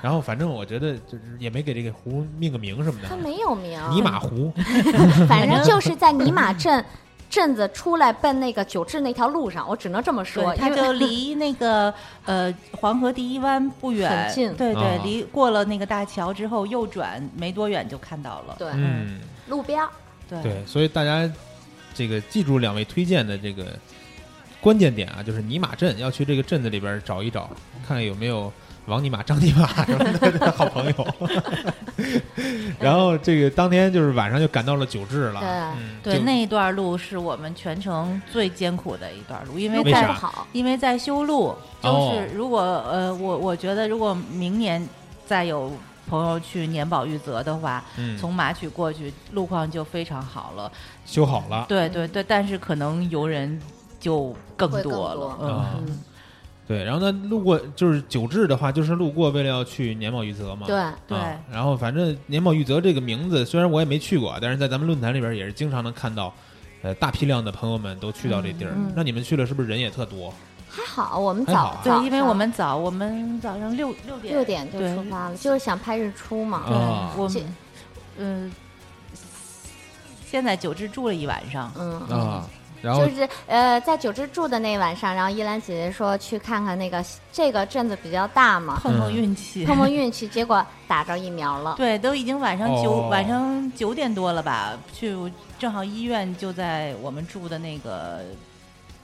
然后反正我觉得就是也没给这个湖命个名什么它的，没有名儿，尼玛湖， [LAUGHS] 反正就是在尼玛镇镇子出来奔那个九治那条路上，我只能这么说，对，它因为 [LAUGHS] 就离那个呃黄河第一湾不远，很近对对啊，离过了那个大桥之后右转没多远就看到了。对嗯。路边儿对对，所以大家这个记住两位推荐的这个关键点啊，就是尼玛镇要去这个镇子里边儿找一找，看看有没有王尼玛、张尼玛什么的的好朋友。然后这个当天就是晚上就赶到了九治了，对嗯对就那一段路是我们全程最艰苦的一段路，因为路为况啥不在好，因为在修路，就哦是如果、呃，我我觉得如果明年再有朋友去年保玉泽的话，嗯从马曲过去路况就非常好了。修好了。对对对，但是可能游人就更会更多多了。啊嗯，对，然后呢，路过就是九治的话，就是路过为了要去年茂玉泽嘛。对。对啊然后反正年茂玉泽这个名字，虽然我也没去过，但是在咱们论坛里边也是经常能看到，呃，大批量的朋友们都去到这地儿。嗯嗯那你们去了是不是人也特多？还好，我们还好啊早对，早因为我上们早，我们早上六六点六点就对出发了，就是想拍日出嘛。对，啊我这们嗯、先在九治住了一晚上。嗯，啊，然后就是呃，在九芝住的那晚上，然后依兰姐姐说去看看那个这个镇子比较大嘛，碰碰嗯运气，碰碰运气，结果打着疫苗了。对，都已经晚上九、哦晚上九点多了吧？去正好医院就在我们住的那个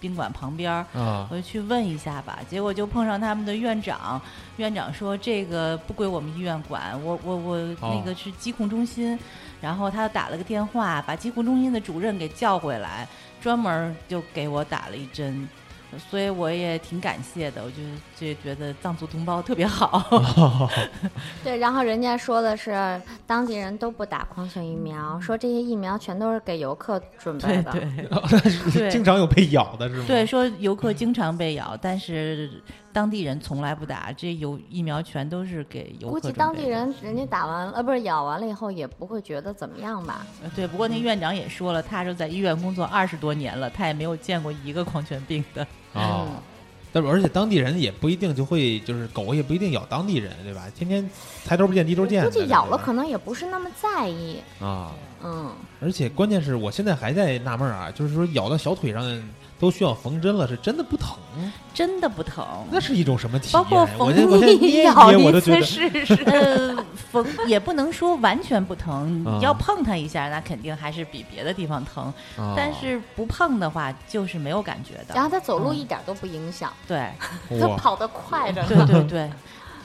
宾馆旁边儿，啊 [LAUGHS] 我就去问一下吧。结果就碰上他们的院长，院长说这个不归我们医院管，我我我哦那个是疾控中心。然后他打了个电话，把疾控中心的主任给叫回来，专门儿就给我打了一针。所以我也挺感谢的，我就就觉得藏族同胞特别好。对，然后人家说的是当地人都不打狂犬疫苗，说这些疫苗全都是给游客准备的。对经常有被咬的是吗？对，说游客经常被咬，但是当地人从来不打，这有疫苗全都是给游客估计准当备地的人人家打完呃不是咬完了以后也不会觉得怎么样吧？呃对，不过那院长也说了，他说在医院工作二十多年了，他也没有见过一个狂犬病的。哦嗯啊，但是而且当地人也不一定就会，就是狗也不一定咬当地人，对吧？天天抬头不见低头见估的，计咬了对吧可能也不是那么在意。啊。嗯，而且关键是我现在还在纳闷儿啊，就是说咬到小腿上都需要缝针了，是真的不疼？真的不疼。那是一种什么体验？包括哎我缝这我现在捏一咬捏我都一觉次得试 [LAUGHS] 试。呃，缝也不能说完全不疼，啊你要碰它一下，那肯定还是比别的地方疼。啊但是不碰的话，就是没有感觉的。然后它走嗯路一点都不影响，对，它哇跑得快 [LAUGHS] 着呢。对对对，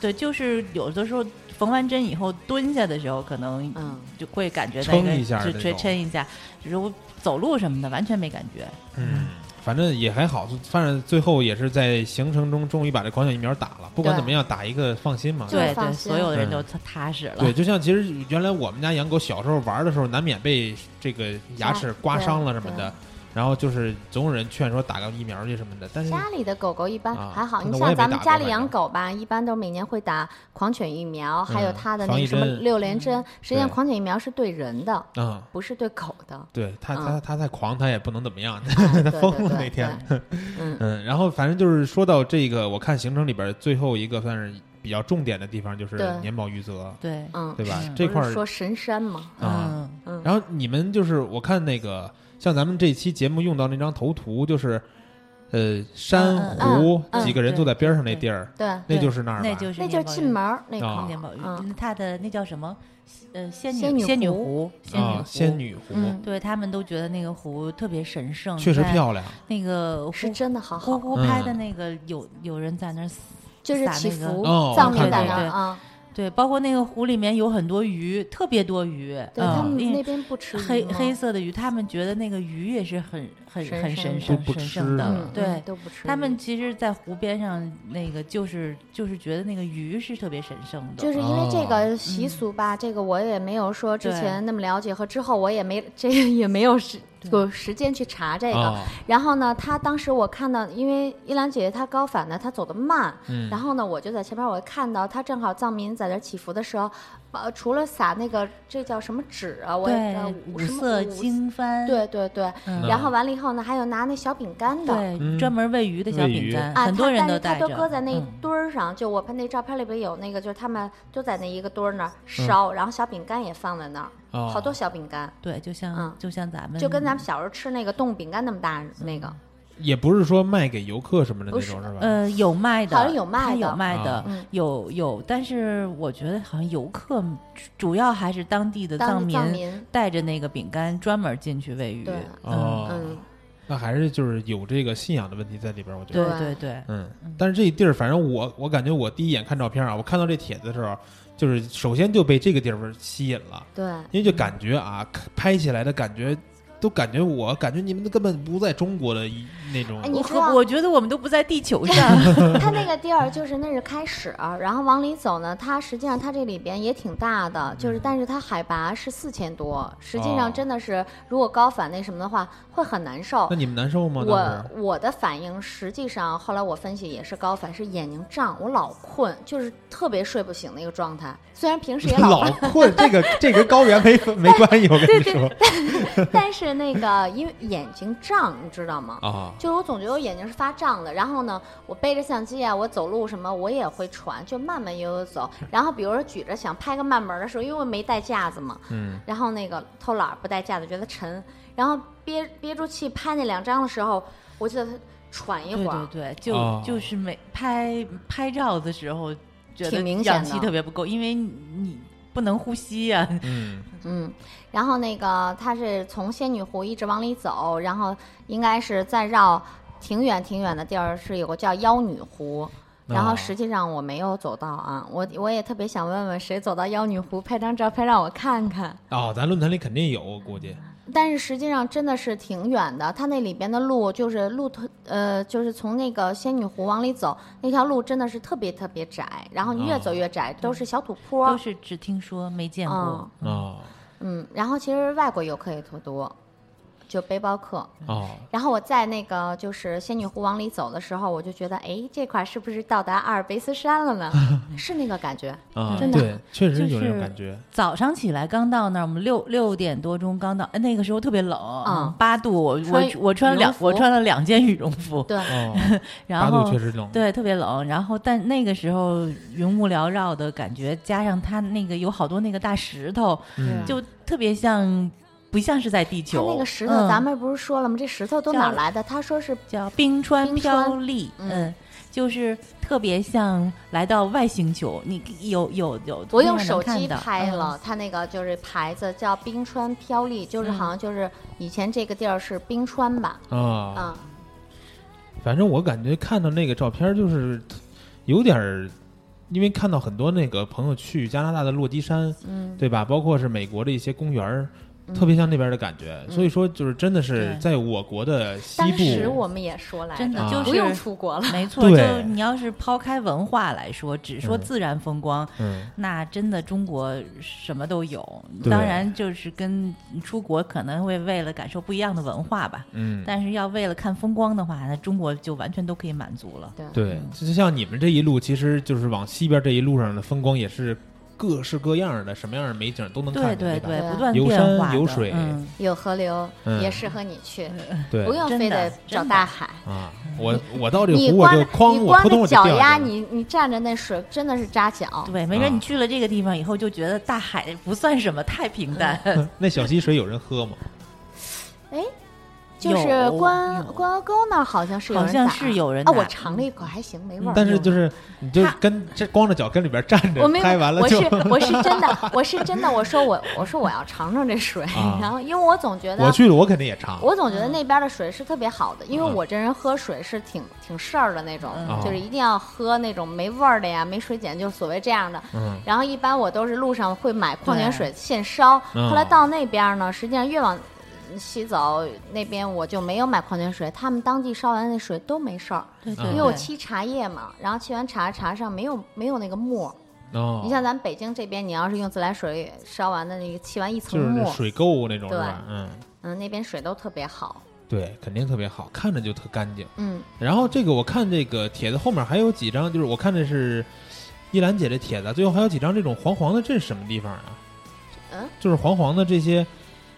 对，就是有的时候缝完针以后蹲下的时候，可能嗯就会感觉到撑一下就那就种抻一下，如果走路什么的完全没感觉。嗯，反正也还好，反正最后也是在行程中终于把这狂犬疫苗打了。不管对怎么样，打一个放心嘛。就是对放对，心所有的人嗯都踏踏实了对，。就像其实原来我们家养狗小时候玩的时候，难免被这个牙齿刮伤了什么的对，然后就是总有人劝说打个疫苗去什么的，但是家里的狗狗一般啊还好，可能你我也没像咱们打过家反里养正狗吧，一般都每年会打狂犬疫苗，还有嗯它的防那疫个什么针嗯六联针。实际上，对狂犬疫苗是对人的，嗯，不是对狗 [LAUGHS] 的。对他他嗯他再狂，他也不能怎么样，哎他对疯对了对那天。 [LAUGHS] 对嗯，嗯，然后反正就是说到这个，我看行程里边最后一个算是比较重点的地方就是对年保余泽，对，嗯，对吧嗯？这不是块儿说神山嘛，啊，嗯，嗯，然后你们就是我看那个，像咱们这期节目用到那张头图，就是呃山嗯湖、嗯嗯几个人对坐在边上那对地儿，对，那对就是那儿吧？那就是那就是进门儿那啊口念宝玉嗯，他的那叫什么？呃，仙仙女女仙女湖湖，啊，仙女湖。女湖、嗯对他们都觉得那个湖特别神圣，确实在漂亮，嗯那个是呼真的好呼好，呼拍的那个，有有人在那儿死，就是撒祈那个福哦藏我民看在到那儿了啊，对，包括那个湖里面有很多鱼，特别多鱼，对嗯他们因那为边不吃黑鱼吗黑色的鱼，他们觉得那个鱼也是很很神很圣神的圣都不神圣吃的，嗯嗯，对嗯。都不吃鱼。他们其实，在湖边上，那个就是就是觉得那个鱼是特别神圣的，哦嗯就是因为这个习俗吧，这个我也没有说之对前那么了解，和之后我也没这个也没有时有时间去查这个。哦啊然后呢，他当时我看到，因为依兰姐姐她高反呢，她走得慢，嗯然后呢，我就在前面，我看到她正好藏民在那儿祈福的时候，呃，除了撒那个这叫什么纸啊，我也对呃五什么色五经幡，对对对，嗯然后完了以后呢，还有拿那小饼干的，对、嗯专门喂鱼的小喂饼鱼干，啊，嗯很他多人但是带他着，都搁在那一嗯堆儿上，就我看那照片里边有那个，就是他们都在那一个堆儿那儿烧，然后小饼干也放在那儿，哦嗯好多小饼干，对，就像、嗯就像咱们就跟咱们小时候吃那个冻饼干那么大那个。也不是说卖给游客什么的那不是嗯种是吧？呃有卖的，好像有卖它的有卖的，啊嗯有有，但是我觉得好像游客主主要还是当地的当藏民藏民带着那个饼干专门进去喂鱼，对嗯，哦，嗯，那还是就是有这个信仰的问题在里边，我觉得。对对对对，嗯，但是这地儿，反正我我感觉我第一眼看照片啊，我看到这帖子的时候，就是首先就被这个地方吸引了。对，因为就感觉啊，拍起来的感觉，都感觉我感觉你们都根本不在中国的一那种。哎你我知道我觉得我们都不在地球 [LAUGHS] 上，它那个地儿就是那是开始，然后往里走呢，它实际上它这里边也挺大的，就是但是它海拔是四千多，实际哦上真的是如果高反那什么的话会很难受那。你们难受吗？当我时我的反应实际上后来我分析也是高反，是眼睛胀，我老困，就是特别睡不醒的一个状态。虽然平 [LAUGHS] 时也老老困，这个这跟高原没没关系，我跟你说 [LAUGHS] 但是那个因为眼睛胀，你知道吗？啊，就是我总觉得我眼睛是发胀的，然后呢，我背着相机啊，我走路什么我也会喘，就慢慢悠悠走。然后比如说举着想拍个慢门的时候，因为我没带架子嘛，嗯，然后那个偷懒儿不带架子，觉得沉，然后憋憋住气拍那两张的时候，我就喘一对会 [LAUGHS] 儿对，对，就、哦就是每拍拍照的时候，觉得挺明显氧气的特别不够，因为你你不能呼吸啊呀、嗯，嗯，然后那个它是从仙女湖一直往里走，然后应该是再绕挺远挺远的地儿是有个叫妖女湖。然哦后实际上我没有走到啊，我我也特别想问问谁走到妖女湖拍张照片让我看看。哦，咱论坛里肯定有，我估计。但是实际上真的是挺远的，它那里边的路就是路途，呃，就是从那个仙女湖往里走，那条路真的是特别特别窄，然后你越走越窄，都是小土坡。哦都是只听说没见过嗯。哦嗯，然后其实外国游客也特多，就背包客。哦，然后我在那个就是仙女湖往里走的时候，我就觉得，哎，这块儿是不是到达阿尔卑斯山 [LAUGHS] 了呢？是那个感觉。啊，真的对，确就实有那种是感觉。早上起来刚到那儿，我们六六点多钟刚到，哎，那个时候特别冷，嗯八度，我穿我我穿了两羽绒服我穿了两件羽绒服，对，哦，八 [LAUGHS] 然度后确实冷。对特别冷，然后但那个时候云雾缭绕的感觉，加上它那个有好多那个大石头，嗯，就特别像不像是在地它球？那个石头，嗯咱们不是说了吗？这石头都哪儿叫来的？他说是叫冰川冰飘川丽，嗯嗯，就是特别像来到外星球，你有有有，我那用个能手看机到拍嗯了，它那个就是牌子叫冰川飘丽，就是好像就是以前这个地儿是冰川吧？啊，嗯啊，反正我感觉看到那个照片就是有点儿，因为看到很多那个朋友去加拿大的落基山，嗯，对吧？包括是美国的一些公园儿，特别像那边的感觉。所以说，就是真的是对在我国的西嗯当时部我们也说来嗯真着，的啊就是不用出国了。没错，对就你要是抛开文化来说，只说嗯自然风光，嗯，那真的中国什么都有。对当然，就是跟你出国可能会为了感受不一样的文化吧。嗯但是要为了看风光的话，那中国就完全都可以满足了。对，嗯对，就像你们这一路，其实就是往西边这一路上的风光也是各式各样的，什么样的美景都能对看对见，对吧？，对不断有变化山的。有水嗯，有河流嗯也适合你去，对，不用真非的得找真的大海。啊，我我到这你湖我光就哐，你我光扑通那我就掉脚下丫，去了。你你站着那水真的是扎脚。对，没准啊你去了这个地方以后，就觉得大海不算什么，太平淡。 [LAUGHS] 那小溪水有人喝吗？就是有关有关河沟那儿好像是有好人像打是有人啊，打嗯我尝了一口还行，没味儿。但是就是你就他跟这光着脚跟里边站着我没，有拍完了我就是我是真的，我是真的，我说我我说我要尝尝这水，啊然后因为我总觉 [LAUGHS] 得啊我去了，我肯定也尝。我总觉得那边的水是特别好的，因为嗯哦我这人喝水是挺挺事儿的那种，嗯就是一定要喝那种没味儿的呀、没水碱，就所谓这样的。嗯然后一般我都是路上会买矿泉水现烧，嗯后来到那边呢，实际上越往西走那边我就没有买矿泉水，他们当地烧完那水都没事儿， [LAUGHS] 对对嗯因为我对沏茶叶嘛，然后沏完茶茶上没有没有那个沫儿，哦，你像咱北京这边，你要是用自来水烧完的那个沏完一层就是那沫，水垢那种是对吧？嗯，嗯，那边水都特别好，对，肯定特别好，看着就特干净。嗯然后这个我看这个帖子后面还有几张，就是我看这是一兰姐这帖子，最后还有几张这种黄黄的，这是什么地方啊？嗯，就是黄黄的这些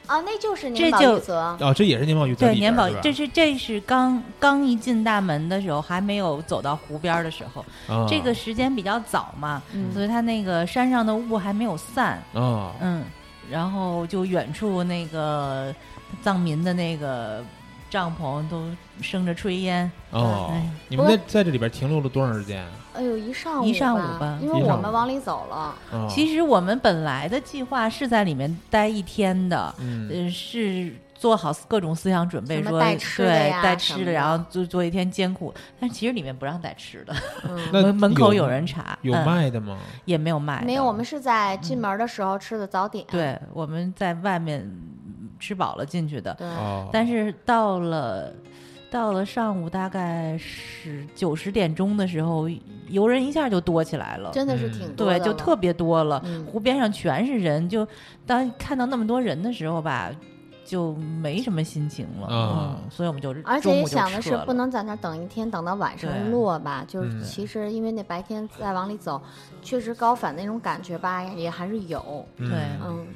啊，那就是这宁宝就玉泽，哦，这也是年宝玉泽对，里边年宝是吧这是这是刚刚一进大门的时候，还没有走到湖边儿的时候，啊这个时间比较早嘛，嗯所以它那个山上的雾还没有散，啊嗯，然后就远处那个藏民的那个帐篷都升着炊烟，哦哎，你们在在这里边停留了多长时间啊？哎呦，一上午一上午吧因一为上我午们往里 [LAUGHS] 走了，哦其实我们本来的计划是在里面待一天的，嗯呃，是做好各种思想准备，什么说带吃的对呀带什吃么的，的然后做做一天艰苦，但其实里面不让带吃的，嗯，那门门口有有人查，有嗯卖的吗？也没有卖的，没有，我们是在进门的时候吃的早点，对我们在外面嗯吃饱了进去的，对，哦，但是到了到了上午大概十九十点钟的时候，游人一下就多起来了。真的是嗯挺多的对，了，就特别多了，嗯湖边上全是人。就当看到那么多人的时候吧，就没什么心情了。啊嗯，所以我们就而且中也午就想的撤是了不能在那儿等一天，等到晚上对日落吧。就嗯是其实因为那白天再往里走，确实高反那种感觉吧，也还是有。嗯对嗯，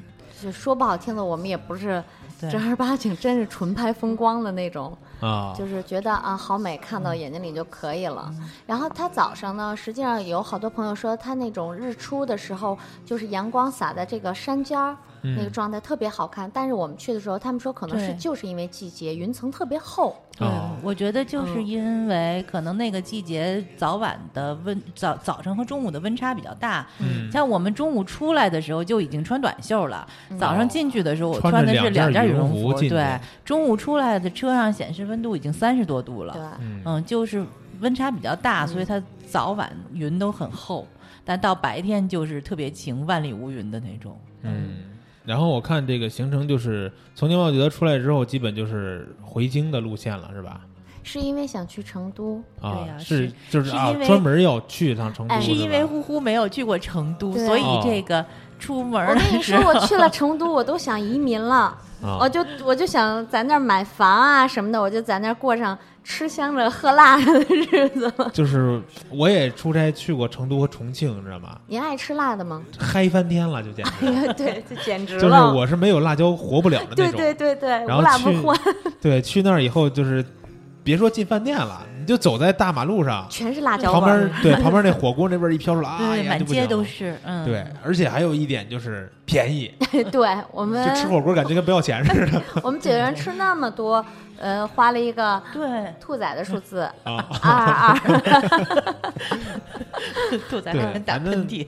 就说不好听的，我们也不是对正儿八经，真是纯拍风光的那种，啊就是觉得啊好美，看到眼睛里就可以了。然后它早上呢，实际上有好多朋友说，它那种日出的时候，就是阳光洒在这个山尖儿，嗯那个状态特别好看。但是我们去的时候，他们说可能是对就是因为季节，云层特别厚，对哦，我觉得就是因为可能那个季节早晚的温早早晨和中午的温差比较大，嗯像我们中午出来的时候就已经穿短袖了，早上进去的时候我嗯哦穿着的是两件件羽羽绒绒服进去对，中午出来的车上显示温度已经三十多度对了，吧？嗯嗯，就是温差比较大，所以它早晚云都很厚，但到白天就是特别晴，万里无云的那种。嗯。然后我看这个行程就是从宁茂捷德出来之后，基本就是回京的路线了，是吧？是因为想去成都，对啊，呀是是就是是啊因，为专门要去一趟成都，哎是因为吧呼呼没有去过成都，对所以哦这个出门我的跟你时说，候。我去了成都，我都想移民了。啊哦我就我就想在那儿买房啊什么的，我就在那儿过上吃香着喝辣的日子了。就是我也出差去过成都和重庆，你知道吗？您爱吃辣的吗？嗨翻天了，就简直 [LAUGHS] [LAUGHS] 对，这简直就是我是没有辣椒活不了的那对种。对对对，然无后辣去不欢， [LAUGHS] [LAUGHS] 对去那儿以后就是，别说进饭店了，你就走在大马路上，全是辣椒旁味边儿。对旁边那火锅那味儿一飘出来，啊对，呀，满就不街行都了。是，嗯，对，，而且还有一点就是便宜， [LAUGHS] 对我就吃们火锅感觉跟不要钱似的 [LAUGHS] 我们几个人吃那么多，呃，花了一个 [LAUGHS] 对，兔仔的数 [LAUGHS] 字啊。 [LAUGHS] [LAUGHS] 二二二。兔仔对还能打反正喷嚏，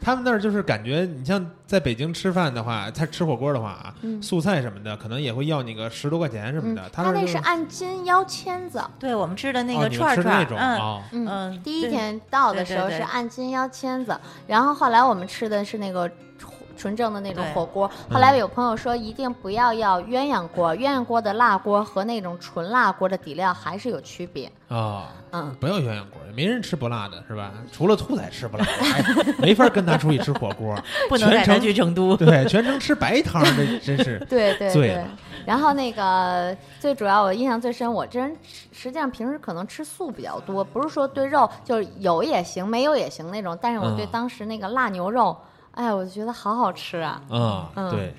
他们那儿就是感觉，你像在北京吃饭的话，他吃火锅的话啊，嗯素菜什么的可能也会要你个十多块钱什么嗯 [LAUGHS] 的。，他那儿那就是按斤腰签子。对我们吃的那哦个你们串吃的串那，种嗯啊，嗯，第一对天到的对时对候对是按斤腰签子，然后后来我们吃的是那个纯纯正的那种对火锅。嗯后来有朋友说一定不要要鸳鸯锅，鸳鸯锅的辣锅和那种纯辣锅的底料还是有区别。啊，嗯，不要鸳鸯锅，没人吃不辣的是吧？除了兔仔吃不辣，哎、没法跟他出去吃火锅，嗯不能带全他程去成都，对，全程吃白汤，这真 [LAUGHS] 是对对醉对了。然后那个最主要，我印象最深，我这人实实际上平时可能吃素比较多，不是说对肉就是有也行，没有也行那种。但是我对嗯当时那个辣牛肉，哎呀，我就觉得好好吃啊。啊、嗯。对。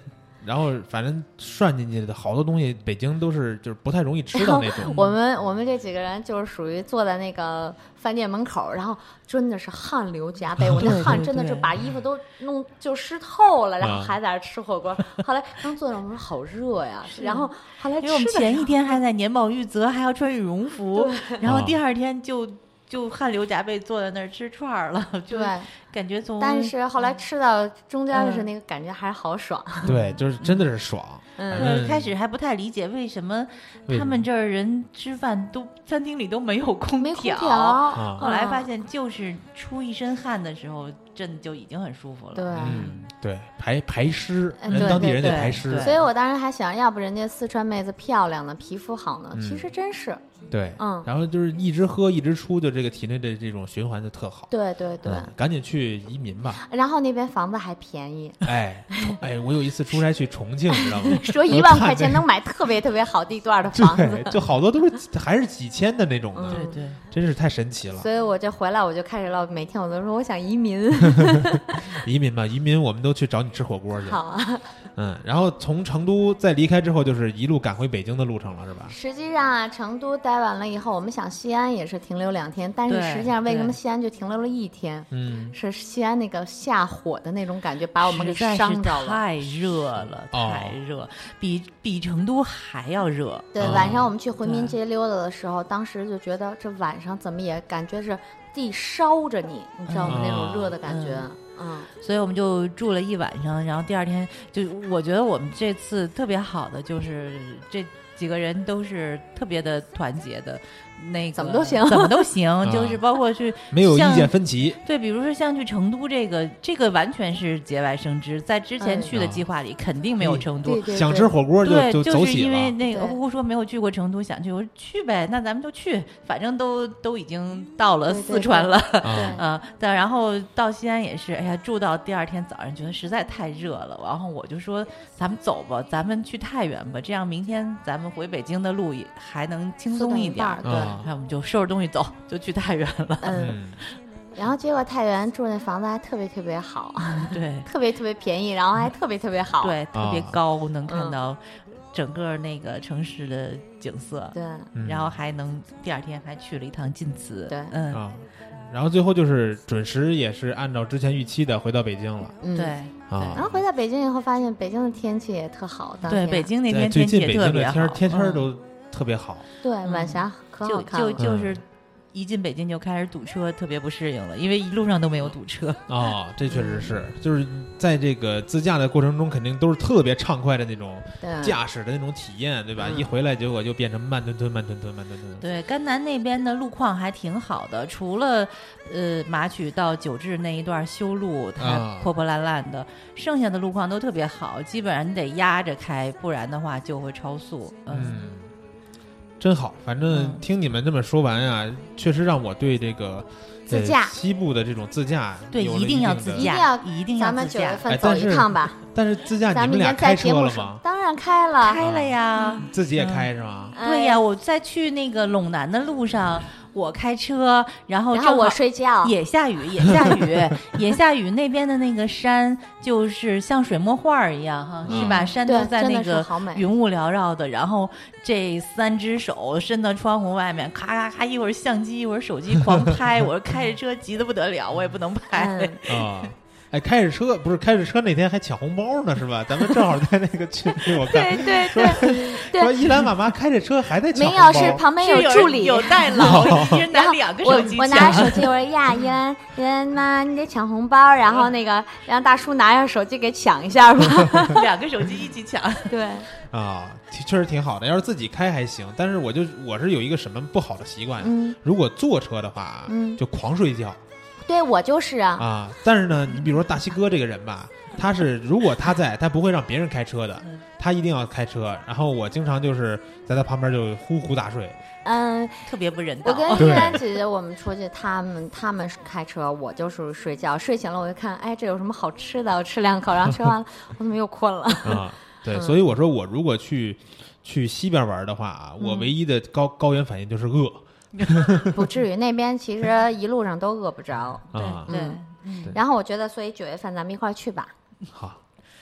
然后反正涮进去的好多东西，北京都是就是不太容易吃到那种 [LAUGHS] 嗯我们我们这几个人就是属于坐在那个饭店门口，然后真的是汗流 [LAUGHS] 浃背，我那对汗对真的是对嗯把衣服都弄就湿透了，然后啊还在那吃火锅。后来刚坐那儿，我们说好热呀，然后后来因为我们吃的前时一候天还在年饱玉泽，还要穿羽绒服，然后啊第二天就就汗流浃背坐在那儿吃串儿了，就对，感觉从但是后来吃到中间就是嗯那个感觉还是好爽，对，就是真的是爽。嗯反对正开始还不太理解为什么为什他么们这儿人吃饭都餐厅里都没有空嗯没空调，嗯啊，后来发现，就是出一身汗的时候，真的就已经很舒服了。对。嗯，对，排排湿，嗯人对当地对人得对排湿对。所以我当时还想，要不人家四川妹子漂亮呢，皮肤好呢，嗯其实真是，对，嗯然后就是一直喝一直出，就这个体内的这种循环就特好。对对对。嗯，赶紧去移民吧。 [LAUGHS] 然后那边房子还便宜，哎，重哎，我有一次出差去重庆，你知道吗？ [LAUGHS] 说呃一万块钱能买特别特别好地段的房子，嗯对，就好多都是几还是几千的那种的，对对，真是太神奇了。所以我这回来我就开始唠，每天我都说我想 [LAUGHS] 移民，移民吧，移民我们都去找你吃火锅去。好啊。嗯，然后从成都再离开之后，就是一路赶回北京的路程了，是吧？实际上啊，成都待完了以后，我们想西安也是停留两天，但是对实际上为什么对西安就停留了一天？嗯，是西安那个下火的那种感觉啊把我们给实在是伤着了。太热了，哦太热，比比成都还要热。对，哦晚上我们去回民街溜达的时候，当时就觉得这晚上怎么也感觉是地烧着你，你知道吗？嗯那种热的感觉，嗯，所以我们就住了一晚上，然后第二天就，我觉得我们这次特别好的就是这几个人都是特别的团结的，那个怎么都行怎么都行，就是包括去没有意像见分歧。对，比如说像去成都这个，这个完全是节外生枝，在之前嗯去的计划里肯定没有成都对，对想吃火锅对，就走是起因为了。那个对呼呼说没有去过成都，想去，我说去呗，那咱们就去，反正都都已经到了对对四川了，啊，嗯，但然后到西安也是，哎呀，住到第二天早上觉得实在太热了，然后我就说咱们走吧，咱们去太原吧，这样明天咱们回北京的路也还能轻松松一一点半儿儿，。对，啊然后我们就收拾东西走，就去太原 [LAUGHS] 了。嗯。嗯，然后结果太原住那房子还特别特别好， [LAUGHS] 对，特别特别便宜，然后还特别特别好。对，特别啊高，能嗯看到整个那个城市的景色，对嗯然后还能第二天还去了一趟晋祠，对嗯，啊，然后最后就是准时，也是按照之前预期的回到北京了嗯，对。然哦啊。后回到北京以后，发现北京的天气也特好，当对，天啊北京那在天最天气近也北特京别的好，天儿天天儿嗯都特别好，对嗯晚霞可就好看了就。就是一进北京就开始堵车，特别不适应了，因为一路上都没有堵车。啊，这确实是，就是在这个自驾的过程中，肯定都是特别畅快的那种对驾驶的那种体验，对吧？嗯一回来结果就变成慢吞吞、慢吞吞、慢吞吞。对，甘南那边的路况还挺好的，除了呃马曲到九治那一段修路啊它破破烂烂的，剩下的路况都特别好，基本上你得压着开，不然的话就会超速。嗯，嗯，真好。反正嗯听你们这么说完啊，确实让我对这个自呃驾西部的这种自驾对，有了一定要的自定驾要，一定要咱自们九月驾，哎份走但一是趟吧，但是自驾咱你们们已俩经开在节车目了上吗？当然开了，开了呀。自己也嗯开是吗？哎对呀，我在去那个陇南的路上，我开车，然后哎，然后正好我睡觉，也下雨，也下雨， [LAUGHS] 也下雨。那边的那个山就是像水墨画儿一样，哈，嗯是吧？山都对，在真那的是个好美云。雾缭绕的，然后这三只手伸到窗户外面，咔咔咔，一会儿相机，一会儿手机狂拍。我说开着车急得不得了，我也不能拍。 [LAUGHS] 嗯， [LAUGHS] 啊。 [LAUGHS] 哎，开着车不是开着车那天还抢红包呢， [LAUGHS] 是吧？咱们正好在那个群里，我看对对说对，对说依兰妈妈开着车还在抢没红有包，是旁边是有助理，有代 [LAUGHS] 劳，一人拿两个我手机 [LAUGHS] 我 [LAUGHS] 拿着手机，我说呀，依兰依兰妈，你得抢红包，然后那个让大叔拿着手机给抢一下吧。 [LAUGHS] 抢，两个手机一起抢。对，啊，挺确实挺好的。要是自己开还行，但是我就我是有一个什么不好的习惯呀， [LAUGHS] 嗯，如果坐车的话，啊嗯就狂睡觉对我就是啊，啊。但是呢，你比如说大西哥这个人吧，他是如果他在，他不会让别人开车的嗯，他一定要开车。然后我经常就是在他旁边就呼呼大 [LAUGHS] 睡，嗯，特别不人道我。 [LAUGHS] 跟对依兰姐姐我们出去，他们他们是开车，我就是睡觉，睡醒了我就看，哎，这有什么好吃的，我吃两口，然后吃完了，我怎么又困了？啊，对，嗯所以我说我如果去去西边玩的话嗯啊，我唯一的高高原反应就是饿不至于，那边 [LAUGHS] 其实一路上都饿不着。啊。对嗯，然后我觉得，所以九月份咱们一块儿去吧。好，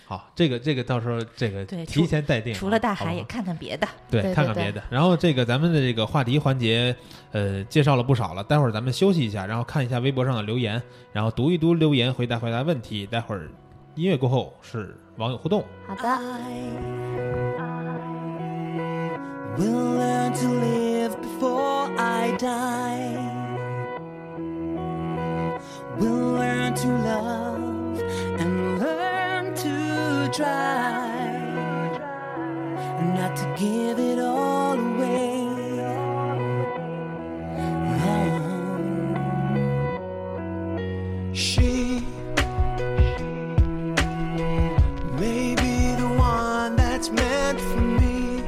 好，这个这个到时候这个对提除前待定啊，除了大好不海，好也看看 [LAUGHS] 别的。对，对看对看对别的。然后这个咱们的这个话题环节，呃，介绍了不少了。待会儿咱们休息一下，然后看一下微博上的留言，然后读一读留言，回答回答问题。待会儿音乐过后是网友互动。好的。啊 will learn to live before I die. Will learn to love and learn to try not to give it all away. She may be the one that's meant for me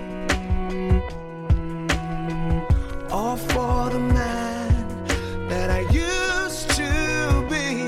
all for the man that I used to be.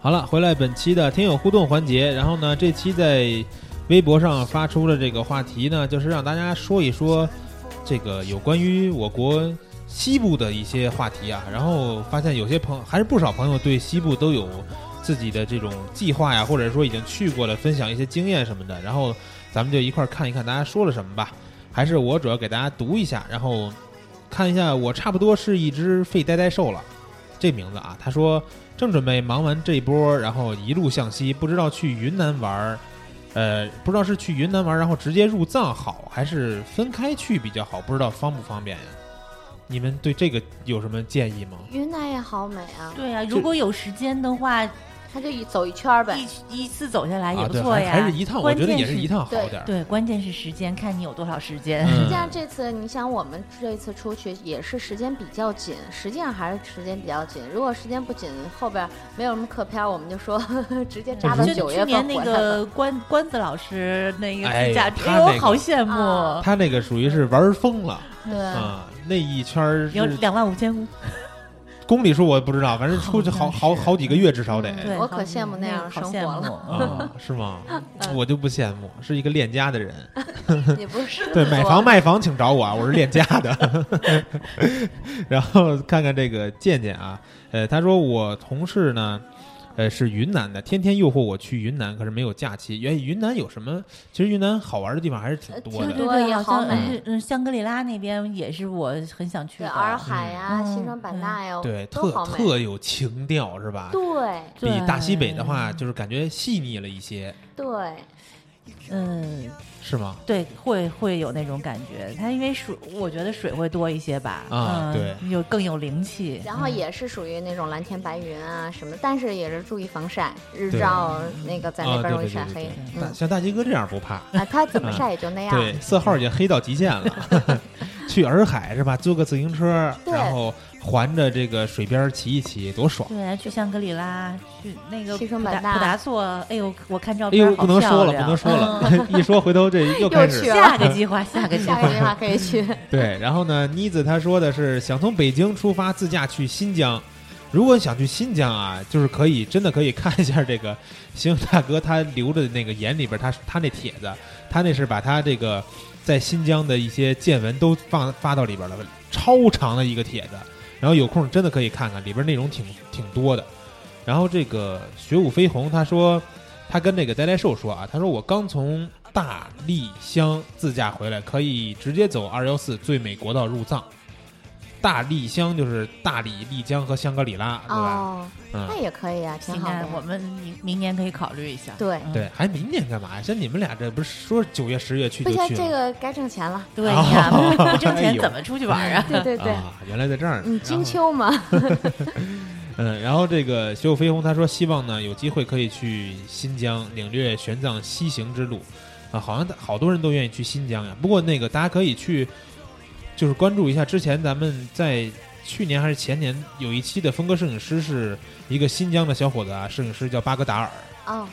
好了，回来本期的听友互动环节，然后呢，这期在微博上发出了这个话题呢，就是让大家说一说这个有关于我国西部的一些话题啊。然后发现有些朋还是不少朋友对西部都有自己的这种计划呀，或者说已经去过了，分享一些经验什么的。然后咱们就一块儿看一看大家说了什么吧。还是我主要给大家读一下，然后看一下我差不多是一只废呆呆兽了，这名字啊，他说。正准备忙完这一波，然后一路向西，不知道去云南玩儿，呃，不知道是去云南玩儿，然后直接入藏好，还是分开去比较好，不知道方不方便呀？你们对这个有什么建议吗？云南也好美啊，对呀、如果有时间的话，它就一走一圈儿呗。一一次走下来也啊，不对，错还呀。还是一趟，我关觉得键也是一趟好点儿。对，关键是时间，看你有多少时间。实际上嗯，这次，你想我们这次出去也是时间比较紧，实际上还是时间比较紧。如果时间不紧，后边没有什么课片儿，我们就说 [LAUGHS] 直嗯接扎到 [LAUGHS] 就九去月份年那回来吧。个关关子老师那个哎自驾他哎呦，那个好羡慕，啊他那个属于是玩儿疯了对，啊，那一圈儿有是两万五千五，公里数我不知道，反正出去好好像好是好几个月至少得。嗯对，我好可羡慕那样好生羡活了慕嗯啊，是吗？我就不羡慕，是一个恋家的人。也不是对，买我房卖房请找我啊，我是链家的。 [LAUGHS] 然后看看这个健健啊，呃，他说我同事呢，呃，是云南的，天天诱惑我去云南，可是没有假期。原云南有什么？其实云南好玩的地方还是挺对多呃挺的对多。对，也好好像美嗯嗯，香格里拉那边也是我很想去对的。洱海呀、嗯西双版纳呀，对，都特好美。特有情调是吧？对比对大西北的话，，就是感觉细腻了一些，对，嗯，是吗？对，会会有那种感觉。它因为水，我觉得水会多一些吧。嗯、啊对，有更有灵气。然后嗯也是属于那种蓝天白云啊什么，但是也是注意防晒，日对照那个在啊，对那边对容易对晒对黑对。，大嗯像大鸡哥这样不怕。啊，它怎么晒也就那样。对， [LAUGHS] 色号已经黑到极限了。 [LAUGHS] [LAUGHS] 去洱海是吧？租个自行车，对然后环着这个水边骑一骑，多爽！对，去香格里拉，去那个西普双达版纳普达措，哎呦，我看照哎片呦，好不能说漂了，亮不能说了， [LAUGHS] 一说回头这 [LAUGHS] 又开啊又始去了下个计划，下个计下划个。计划可以去。 [LAUGHS] 对。然后呢，妮子她说的是想从北京出发自驾去新疆。如果想去新疆啊，就是可以真的可以看一下这个星大哥他留的那个眼里边他他那帖子，他那是把他这个在新疆的一些见闻都放发到里边了，超长的一个帖子。然后有空真的可以看看，里边内容挺挺多的。然后这个雪舞飞鸿他说，他跟那个呆呆兽说啊，他说我刚从大丽乡自驾回来，可以直接走二幺四最美国道入藏。大丽乡就是大理、丽江和香格里拉，对吧？哦，嗯那，也可以啊，挺行好啊的，。我们明明年可以考虑一下。对嗯对，还明年干嘛呀？像你们俩这不是说九月、十月去不就行，去了？这个该挣 [LAUGHS] 钱了。对呀，哦不挣哎钱呦怎么出去玩啊？对对对，啊，原来在这儿呢。嗯，然后金秋嘛， [LAUGHS] 嗯，然后这个雪舞飞鸿他说，希望呢有机会可以去新疆领略玄奘西行之路，啊，好像好多人都愿意去新疆呀。不过那个大家可以去，就是关注一下之前咱们在去年还是前年有一期的峰哥摄影师是一个新疆的小伙子啊，摄影师叫巴格达尔，哦，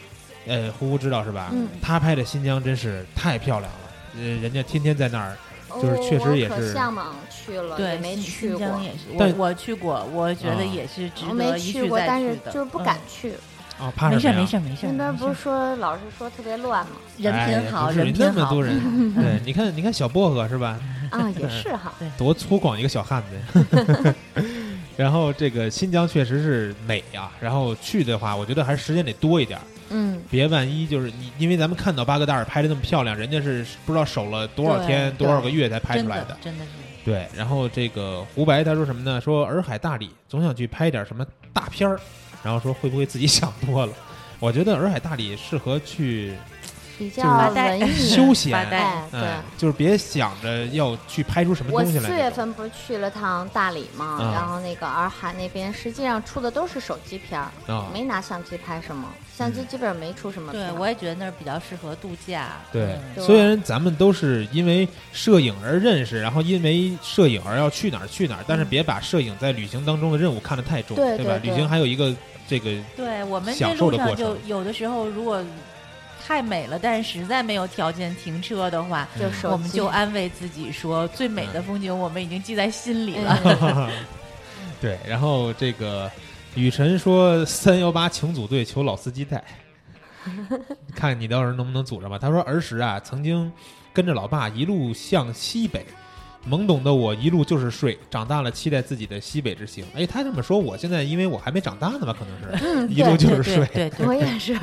呃，呼呼知道是吧？嗯他拍的新疆真是太漂亮了，呃，人家天天在那儿，就是哦确实也我是可向往去了，对，也没新去新过疆，也是，我但我去过，我觉啊得也是值我得没一去去过，再但去是的。就是不嗯敢去。啊，怕没什事么没呀？事没事，那边没不是事说老是说特别 [LAUGHS] 乱吗？人哎品好，也不至人于那品么好多。人， [LAUGHS] 对，你看你看小薄荷是吧？啊，也是 [LAUGHS] 哈。多粗犷一个小汉子。 [LAUGHS] 然后这个新疆确实是美啊，然后去的话，我觉得还是时间得多一点儿，嗯，别万一就是你，因为咱们看到巴格达尔拍的那么漂亮，人家是不知道守了多少天、对多少个月才拍真出来的的。真的是。对，然后这个胡白他说什么呢？说洱海大理总想去拍点什么大片儿，然后说会不会自己想多了？我觉得洱海大理适合去，比是较发呆文艺。休闲哦发呆哎，对哎，，就是别想着要去拍出什么我东西四来那种。月份不是去了趟大理嘛，啊然后那个洱海那边，实际上出的都是手机片儿，啊，没拿相机拍什么，相机嗯基本上没出什么片对，儿。我也觉得那儿比较适合度假。对，嗯对虽然咱们都是因为摄影而认识，然后因为摄影而要去哪儿去哪儿，但是别把摄影在旅行当中的任务看得太重，嗯对吧？对对旅行还有一个这个，对我们这享受路的上过就程有的时候，如果太美了，但是实在没有条件停车的话，就嗯手机，我们 [LAUGHS] 就安慰自己说，最嗯美的风景我们已经记在心里了。 [LAUGHS] 嗯对，然后这个雨辰说三幺八请组队，求老司机带，看你到时候能不能组上吧。他说儿时啊，曾经跟着老爸一路向西北，懵懂的我一路就是睡。长大了，期待自己的西北之行。哎，他这么说，我现在因为我还没长大呢吧，可能是嗯，一路 [LAUGHS] 对就是睡，对对对，我也是，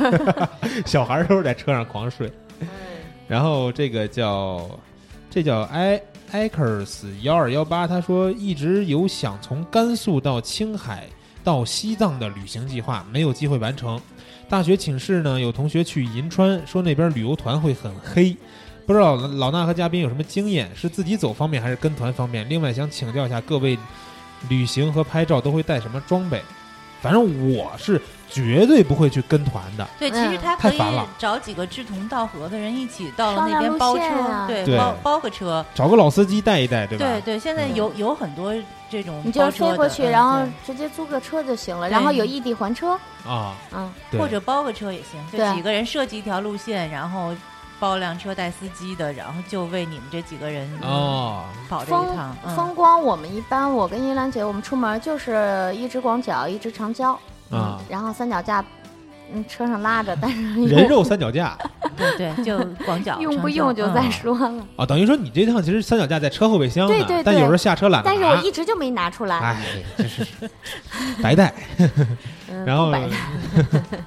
小孩儿都是在车上狂睡。嗯然后这个叫这叫 i ikers 幺二幺八，他说一直有想从甘肃到青海到西藏的旅行计划，没有机会完成。大学寝室呢，有同学去银川，说那边旅游团会很黑。不知道老老衲和嘉宾有什么经验，是自己走方便还是跟团方便？另外想请教一下各位，旅行和拍照都会带什么装备？反正我是绝对不会去跟团的。对，其实嗯他太可以烦了找几个志同道合的人一起到了商那量边路包车，线啊对，对包包个车，找个老司机带一带，对吧？嗯对对，现在有有很多这种你就包是飞车过的，去，嗯然后对直接租个车就行了，对然后有异地还车，啊，嗯，对或者包个车也行，就对几个人设计一条路线，然后包辆车带司机的，然后就为你们这几个人哦，跑这一风趟，嗯，风光我们一般，我跟依兰姐我们出门就是一只广角，一只长焦，啊嗯然后三脚架，嗯，车上拉着，但是人用肉三脚 [LAUGHS] 架对对，就广角 [LAUGHS] 用不长用角就嗯再说了。啊，等于说你这趟其实三脚架在车后备箱呢，对对对但有时候下车懒得但是我拿，一直就没拿出来，哎，真是白带。嗯，然后不摆烂 [LAUGHS] [LAUGHS]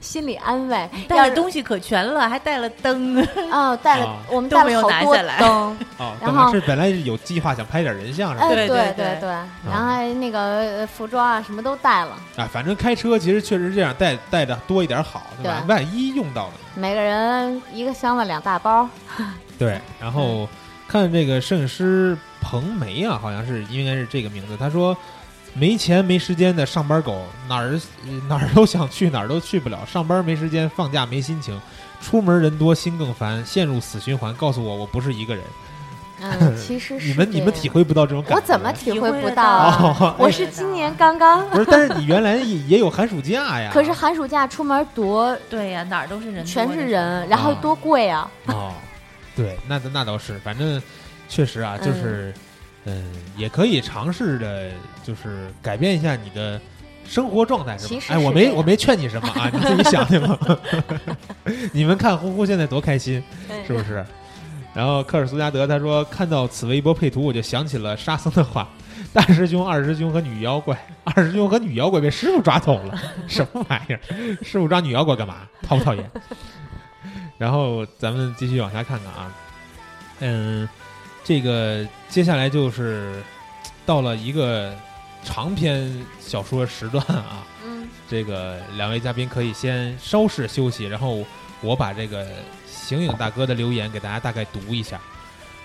心里安慰。带要了东西可全了，还带了 [LAUGHS] 灯， [LAUGHS] 哦，带了啊我们都带没了有好拿多下来 [LAUGHS] 灯， [LAUGHS] 哦，然本来后是本来有计划想拍点人像是吧？哎，对对对对对，然后还那个呃服装啊什么都带了，啊，反正开车其实确实这样带带的多一点好，对吧？对万一用到了呢，每个人一个箱子两大包，对。然嗯后看这个摄影师彭梅啊，好像是应该是这个名字，他说。没钱没时间的上班狗，哪儿呃哪儿都想去，哪儿都去不了。上班没时间，放假没心情，出门人多心更烦，陷入死循环。告诉我，我不是一个人。 [LAUGHS] 嗯，其实是你们你们这样体会不到这种感觉。哦啊我怎么体会体不到会得啊？ [LAUGHS] 到我是今年刚刚，不是？但是你原来也也有寒暑假呀。 [LAUGHS] 可是寒暑假出门多对呀，哪儿都是人，全是人，，然后多贵啊！ [LAUGHS] 哦，对，那那倒是，反正确实啊，就是嗯、也可以尝试着就是改变一下你的。生活状态是吧其？实哎，我是这没样我没劝你什么啊，你自己想去吧。 [LAUGHS] 你们看呼呼现在多开心，是不是？然后克尔苏加德他说看到此微博配图，我就想起了沙僧的话： [LAUGHS] 大师兄、二师兄和女妖怪， [LAUGHS] 二师兄和女妖怪被师傅抓走了，什么玩意儿？师傅抓女妖怪干嘛？讨不讨厌？ [LAUGHS] 然后咱们继续往下看看啊，嗯，这个接下来就是到了一个长篇小说时段啊，嗯，这个两位嘉宾可以先稍事休息，然后我把这个醒影大哥的留言给大家大概读一下。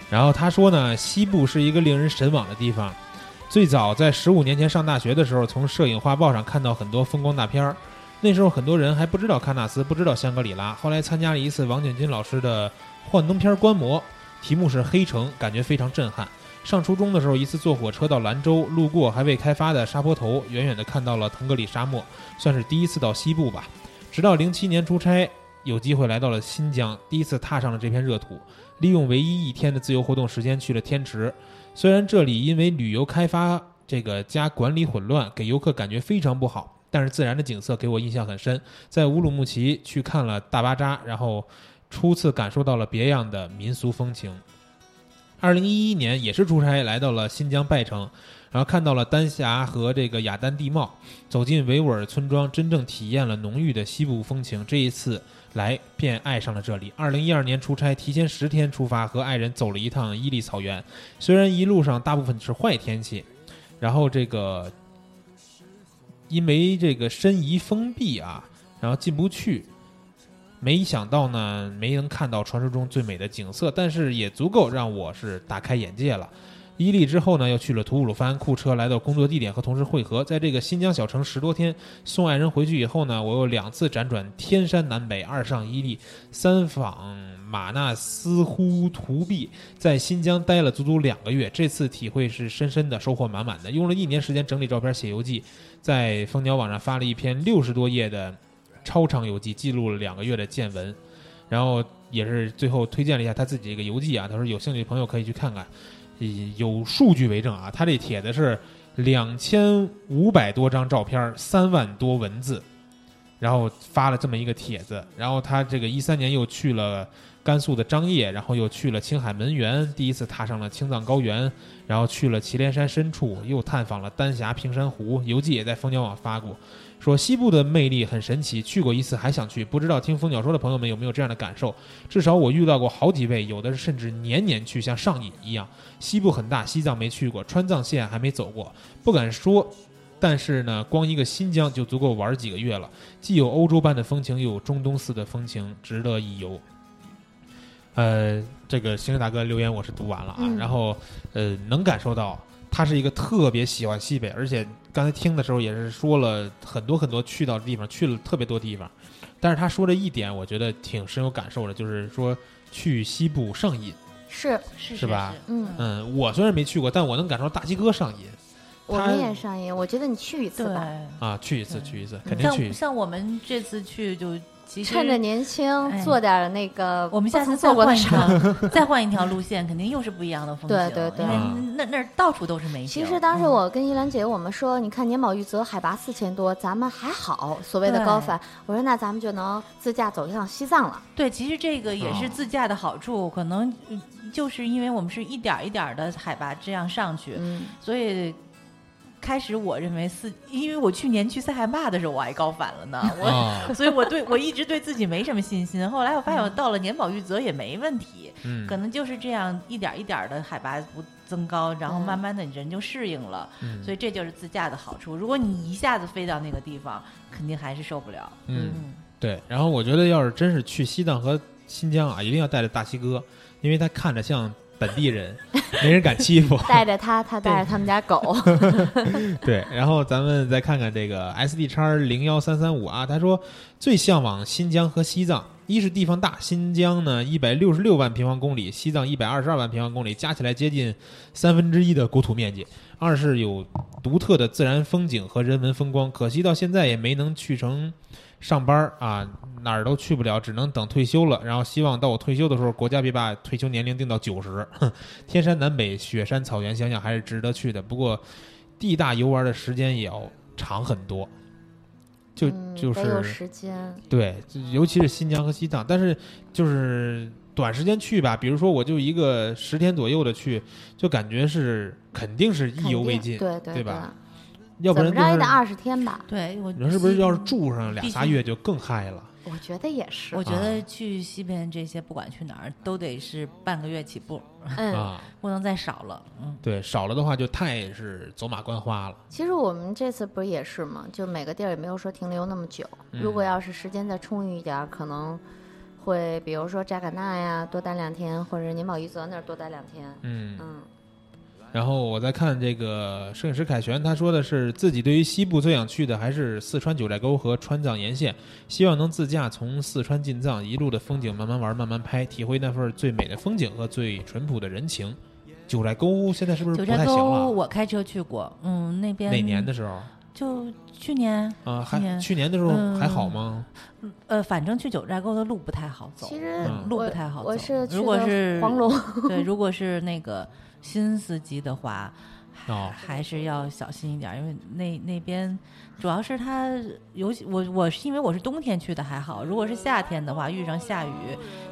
然后他说呢，西部是一个令人神往的地方。最早在十五年前上大学的时候，从摄影画报上看到很多风光大片儿。那时候很多人还不知道喀纳斯，不知道香格里拉。后来参加了一次王建军老师的幻灯片观摩，题目是《黑城》，感觉非常震撼。上初中的时候，一次坐火车到兰州，路过还未开发的沙坡头，远远的看到了腾格里沙漠，算是第一次到西部吧。直到零七年出差，有机会来到了新疆，第一次踏上了这片热土，利用唯一一天的自由活动时间去了天池。虽然这里因为旅游开发这个加管理混乱，给游客感觉非常不好，但是自然的景色给我印象很深。在乌鲁木齐去看了大巴扎，然后初次感受到了别样的民俗风情。二零一一年也是出差来到了新疆拜城，然后看到了丹霞和这个雅丹地貌，走进维吾尔村庄，真正体验了浓郁的西部风情。这一次来便爱上了这里。二零一二年出差，提前十天出发，和爱人走了一趟伊犁草原。虽然一路上大部分是坏天气，然后这个因为这个申遗封闭啊，然后进不去。没想到呢，没能看到传说中最美的景色，但是也足够让我是大开眼界了。伊犁之后呢，又去了吐鲁番库车，来到工作地点和同事会合。在这个新疆小城十多天，送爱人回去以后呢，我又两次辗转天山南北，二上伊犁，三访马纳斯呼图壁，在新疆待了足足两个月。这次体会是深深的，收获满满的。用了一年时间整理照片、写游记，在蜂鸟网上发了一篇六十多页的超长游记，记录了两个月的见闻。然后也是最后推荐了一下他自己这个游记啊，他说有兴趣的朋友可以去看看。有数据为证啊，他这帖子是两千五百多张照片，三万多文字，然后发了这么一个帖子。然后他这个一三年又去了甘肃的张掖，然后又去了青海门源，第一次踏上了青藏高原，然后去了祁连山深处，又探访了丹霞平山湖。游记也在蜂鸟网发过，说西部的魅力很神奇，去过一次还想去。不知道听蜂鸟说的朋友们有没有这样的感受？至少我遇到过好几位，有的甚至年年去，像上瘾一样。西部很大，西藏没去过，川藏线还没走过，不敢说。但是呢，光一个新疆就足够玩几个月了，既有欧洲般的风情，又有中东似的风情，值得一游。呃，这个星星大哥留言我是读完了啊，嗯然后呃，能感受到他是一个特别喜欢西北，而且刚才听的时候也是说了很多很多去到的地方，去了特别多地方，但是他说这一点，我觉得挺深有感受的，就是说去西部上瘾。是，是是吧？嗯，嗯，我虽然没去过，但我能感受到大鸡哥上瘾我们也上瘾，我觉得你去一次吧，对，啊！去一次，对去一次，肯定去一嗯像次。像我们这次去就其实趁着年轻哎做点儿那个我们不下次曾再做过的换一事儿。 [LAUGHS] 条，再换一条路线，肯定又是不一样的风景。对对对因为嗯那那儿到处都是美景。嗯其实当时我跟依兰姐我们说，你看年保玉泽海拔四千多，咱们还好，所谓的对高反。我说那咱们就能自驾走一趟西藏了。对，其实这个也是哦自驾的好处，可能嗯就是因为我们是一点儿一点儿的海拔这样上去，嗯，所以。开始我认为四，因为我去年去塞罕坝的时候我还高反了呢， [LAUGHS] 我啊，所以我对我一直对自己没什么信心。后来我发现我到了年保玉泽也没问题，[LAUGHS] 嗯可能就是这样一点儿一点儿的海拔不增高，然后嗯慢慢的人就适应了，嗯所以这就是自驾的好处。如果你一下子飞到那个地方，肯定还是受不了。嗯，对。然后我觉得，要是真是去西藏和新疆啊，一定要带着大鸡哥，因为他看着像本地 [LAUGHS] 人，没人敢欺负。带着 [LAUGHS] 他，他带着他们家狗。对，然后咱们再看看这个 S D 叉零幺三三五啊，他说最向往新疆和西藏，一是地方大，新疆呢一百六十六万平方公里，西藏一百二十二万平方公里，加起来接近三分之一的国土面积；二是有独特的自然风景和人文风光，可惜到现在也没能去成。上班儿啊，哪儿都去不了，只能等退休了。然后希望到我退休的时候，国家别把退休年龄定到九十。天山南北、雪山草原，想想还是值得去的。不过地大游玩的时间也要长很多，就嗯就得有是时间。对，就尤其是新疆和西藏，但是就是短时间去吧，比如说我就一个十天左右的去，就感觉是肯定是意肯犹定未尽，对对对对吧？要不怎然么着也就得是二十天吧，对我，你说是不是要是住上俩仨月就更嗨了？我觉得也是我。觉啊得去西边这些，不管去哪儿，都得是半个月起步，嗯，啊，不能再少了。嗯，对，少了的话就太是走马观花了。其实我们这次不是也是吗？就每个地儿也没有说停留那么久。嗯如果要是时间再充裕一点儿，可能会比如说扎尕那呀多待两天，或者年保玉泽那儿多待两天。嗯，嗯，然后我在看这个摄影师凯旋，他说的是自己对于西部最想去的还是四川九寨沟和川藏沿线，希望能自驾从四川进藏，一路的风景慢慢玩，慢慢拍，体会那份最美的风景和最淳朴的人情。九寨沟现在是不是九不寨太行沟了？我开车去过，嗯，那边哪年的？时候就去年，啊？去还年去年的时候嗯还好吗？呃，反正去九寨沟的路不太好走，其实嗯路不太好走。我是去如果的是黄龙，对，如果是那个新司机的话，哦，还是要小心一点儿，因为那那边主要是它，尤其我我是因为我是冬天去的还好，如果是夏天的话，遇上下雨，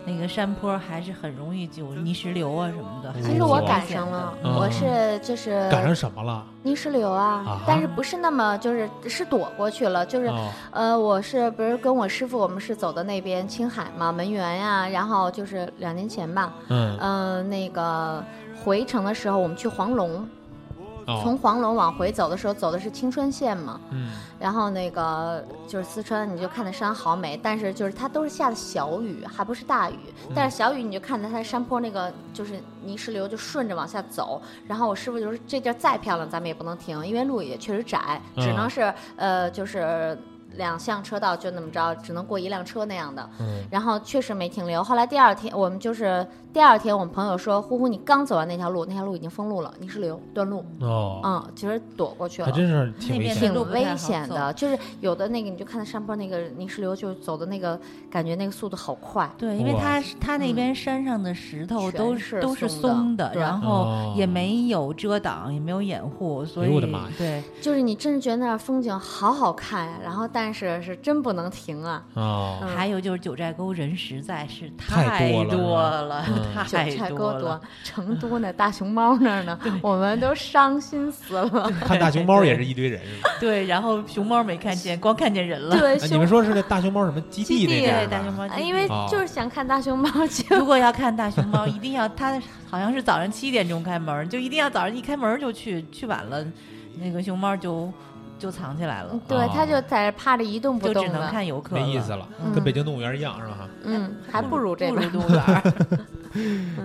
那个山坡还是很容易就泥石流啊什么的。还其是实我挺赶危险的上了，嗯我是就是赶上什么了？泥石流啊啊，但是不是那么就是是躲过去了，就是哦，呃，我是不是跟我师傅我们是走的那边青海嘛，门源呀，然后就是两年前吧，嗯，嗯，那个回程的时候我们去黄龙，从呃哦，黄龙往回走的时候走的是青川线嘛，嗯，然后那个就是四川，你就看那山好美，但是就是它都是下的小雨，还不是大雨。嗯但是小雨你就看着它山坡那个就是泥石流就顺着往下走。然后我师傅就嗯说这地儿再漂亮咱们也不能停，因为路也确实窄，只能是、呃就是两项车道就那么着，只能过一辆车那样的。嗯然后确实没停留。后来第二天，我们就是第二天，我们朋友说：“呼呼，你刚走完那条路，那条路已经封路了，泥石流断路。哦，嗯，其实躲过去了还。真是那挺危边险的路的。挺不太好危险走的，就是有的那个，你就看它上坡那个泥石流，就是走的那个感觉，那个速度好快。对，因为哇它是它那边山上的石头都嗯全是都是松的松的，对然后哦也没有遮挡，也没有掩护，所哎以呦我的妈呀对，就是你真是觉得那儿风景好好看呀、然后但是是真不能停啊。哦，嗯还有就是九寨沟人实在是太多了多了是吧，嗯九 [LAUGHS] 太寨多沟了多。，成都那大熊猫那儿呢， [LAUGHS] 我们都伤心死了。嗯看大熊猫也是一堆人，[LAUGHS] 是吧？对，然后熊猫没看见，光看见人了。哎对，你熊们说是这大熊猫什么基地基那地边儿对，吧大熊猫基啊地，因为哦就是想看大熊猫就如果要看大熊猫，一定要它好像是早上七点钟开门，就一定要早上一开门就去，去晚了，那个熊猫就就藏起来了，对，他哦就在这趴着一动嗯不就动只能的，看游客，没意思。了，嗯跟北京动物园一样是吧？嗯，还不如这不边如儿。动物园儿，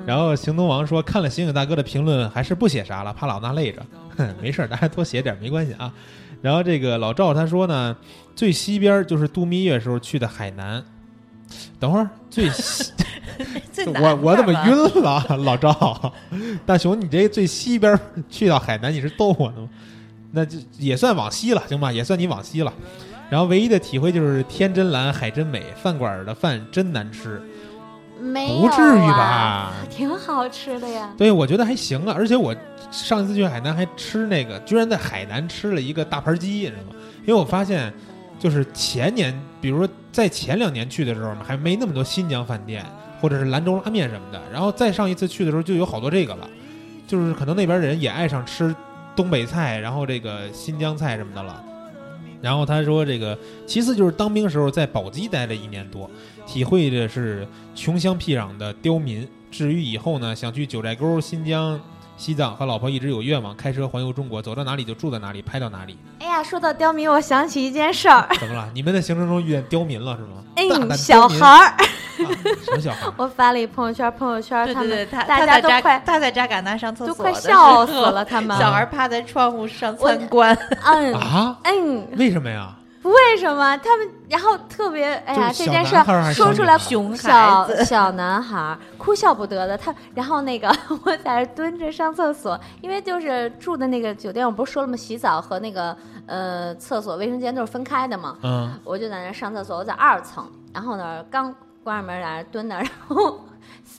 然后行动王说看了星星大哥的评论，还是不写啥了，怕老衲累着。 [LAUGHS] 哼，没事儿，大家多写点儿没关系啊。然后这个老赵他说呢，最西边儿就是度蜜月时候去的海南。等会儿最 [LAUGHS] 西，最难我我怎么看吧晕了？老赵，大熊，你这最西边儿去到海南，你是逗我呢吗？那就也算往西了，行吧，也算你往西了。然后唯一的体会就是天真蓝，海真美，饭馆儿的饭真难吃，没不有至于啊？吧？挺好吃的呀。对，我觉得还行啊，而且我上一次去海南还吃那个，居然在海南吃了一个大盘鸡，你知道吗？因为我发现，就是前年，比如说在前两年去的时候，还没那么多新疆饭店或者是兰州拉面什么的，然后再上一次去的时候就有好多这个了，就是可能那边人也爱上吃东北菜，然后这个新疆菜什么的了。然后他说这个，其次就是当兵时候在宝鸡待了一年多，体会的是穷乡僻壤的刁民。至于以后呢，想去九寨沟、新疆、西藏，和老婆一直有愿望，开车环游中国，走到哪里就住到哪里，拍到 [LAUGHS] 哪里。哎呀，说到刁民，我想起一件事儿。怎么了？你们的行程中遇见刁民了是吗？哎大胆，刁小民孩儿，啊 [LAUGHS] 什么小孩儿？我发了一朋友圈，朋友圈对他对对，们他大他家在都扎快他在扎尕那上厕所都的快时笑死候 [LAUGHS] 了，他们。小孩趴在窗户上我参 [LAUGHS] 观，嗯啊？嗯，为什么呀？为什么他们？然后特别哎呀，就是这小件事男孩儿还儿是说小出女来孩儿熊孩小子，小男孩儿哭笑不得的，他然后那个 [LAUGHS] 我在那儿蹲着上厕所，因为就是住的那个酒店，我不是说了吗？洗澡和那个呃厕所卫生间都是分开的嘛，嗯，我就在那儿上厕所，我在二层，然后呢刚关上门在那儿蹲那儿， [LAUGHS] 然后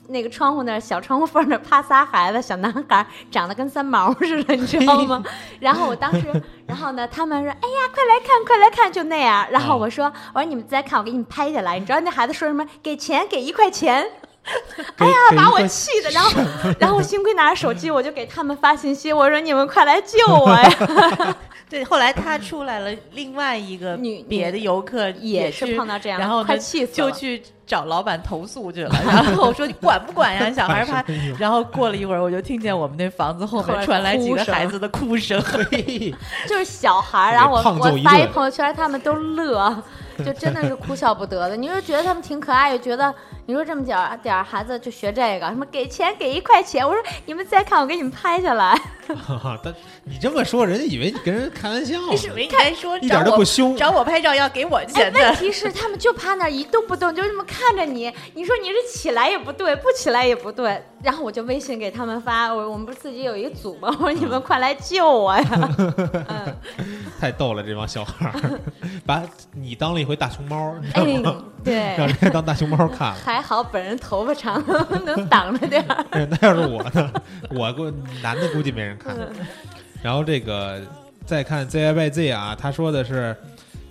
那个窗户那儿小窗户缝儿那儿趴仨孩子，小男孩儿长得跟三毛似的，你知 [LAUGHS] 道吗？然后我当时，然后呢他们说，哎呀，快来看，快来看，就那样。然啊后我说，我说你们再看，我给你们拍下来。你知道那孩子说什么？给钱，给一块钱。 [LAUGHS] 哎呀啊，把我气的，然后，然后我幸亏拿着手机，我就给他们发信息，我说你们快来救我呀！ [LAUGHS] 对，后来他出来了，另外一个女别的游客也是是碰到这样的然后呢快气死就了去找老板投诉 [LAUGHS] 去了。然后我说你管不管呀， [LAUGHS] 小孩怕。然后过了一会儿，我就听见我们那房子后后面来传来几哭个声孩子的哭 [LAUGHS] 声。就是小孩儿，给然后我胖揍我一发一顿朋友圈，他们都乐， [LAUGHS] 就真的是哭笑不得的。你说觉得他们挺可爱，又觉得你说这么点儿点儿孩子就学这个，什么给钱给一块钱，我说你们再看，我给你们拍下 [LAUGHS] 来。哈哈 [LAUGHS] 但你这么说，人家以为你跟人开玩笑呢，你是没该说一点找都我不凶。找我拍照要给我哎钱，问的。题是他们就趴那儿一动不动，就这么看着你。你说你是起来也不对，不起来也不对。然后我就微信给他们发，我我们不是自己有一组吗？ [LAUGHS] 我说你们快来救我呀！太逗了，这帮小孩儿， [LAUGHS] 把你当了一回大熊猫，你知道哎吗？，让 [LAUGHS] 对，人家当大熊猫看了。还好本人头发长， [LAUGHS] 能挡着点儿。哎 [LAUGHS] 那要是我呢？我估男的估计没人看。然后这个再看 ZYZ 啊，他说的是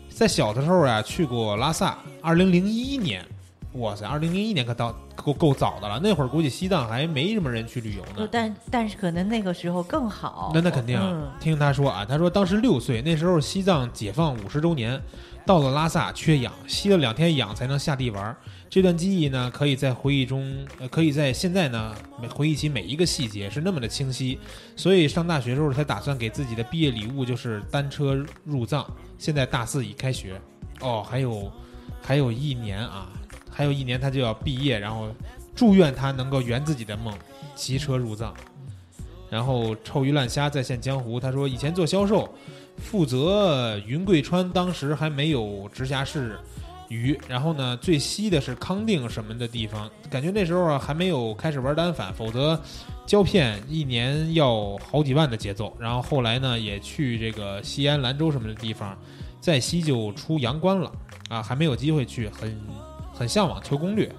在小的时候啊去过拉萨，二零零一年，哇塞，二零零一年可到够够早的了，那会儿估计西藏还没什么人去旅游呢。但但是可能那个时候更好那那肯定啊，嗯听他说啊，他说当时六岁，那时候西藏解放五十周年，到了拉萨缺氧，吸了两天氧才能下地玩儿。这段记忆呢，可以在回忆中，呃，可以在现在呢每回忆起每一个细节，是那么的清晰。所以上大学时候才打算给自己的毕业礼物就是单车入藏。现在大四已开学，哦，还有还有一年啊，还有一年他就要毕业，然后祝愿他能够圆自己的梦，骑车入藏。然后臭鱼烂虾再现江湖。他说以前做销售，负责云贵川，当时还没有直辖市鱼。然后呢，最西的是康定什么的地方，感觉那时候啊还没有开始玩单反，否则胶片一年要好几万的节奏。然后后来呢，也去这个西安、兰州什么的地方，再西就出阳关了啊，还没有机会去，很很向往求攻略。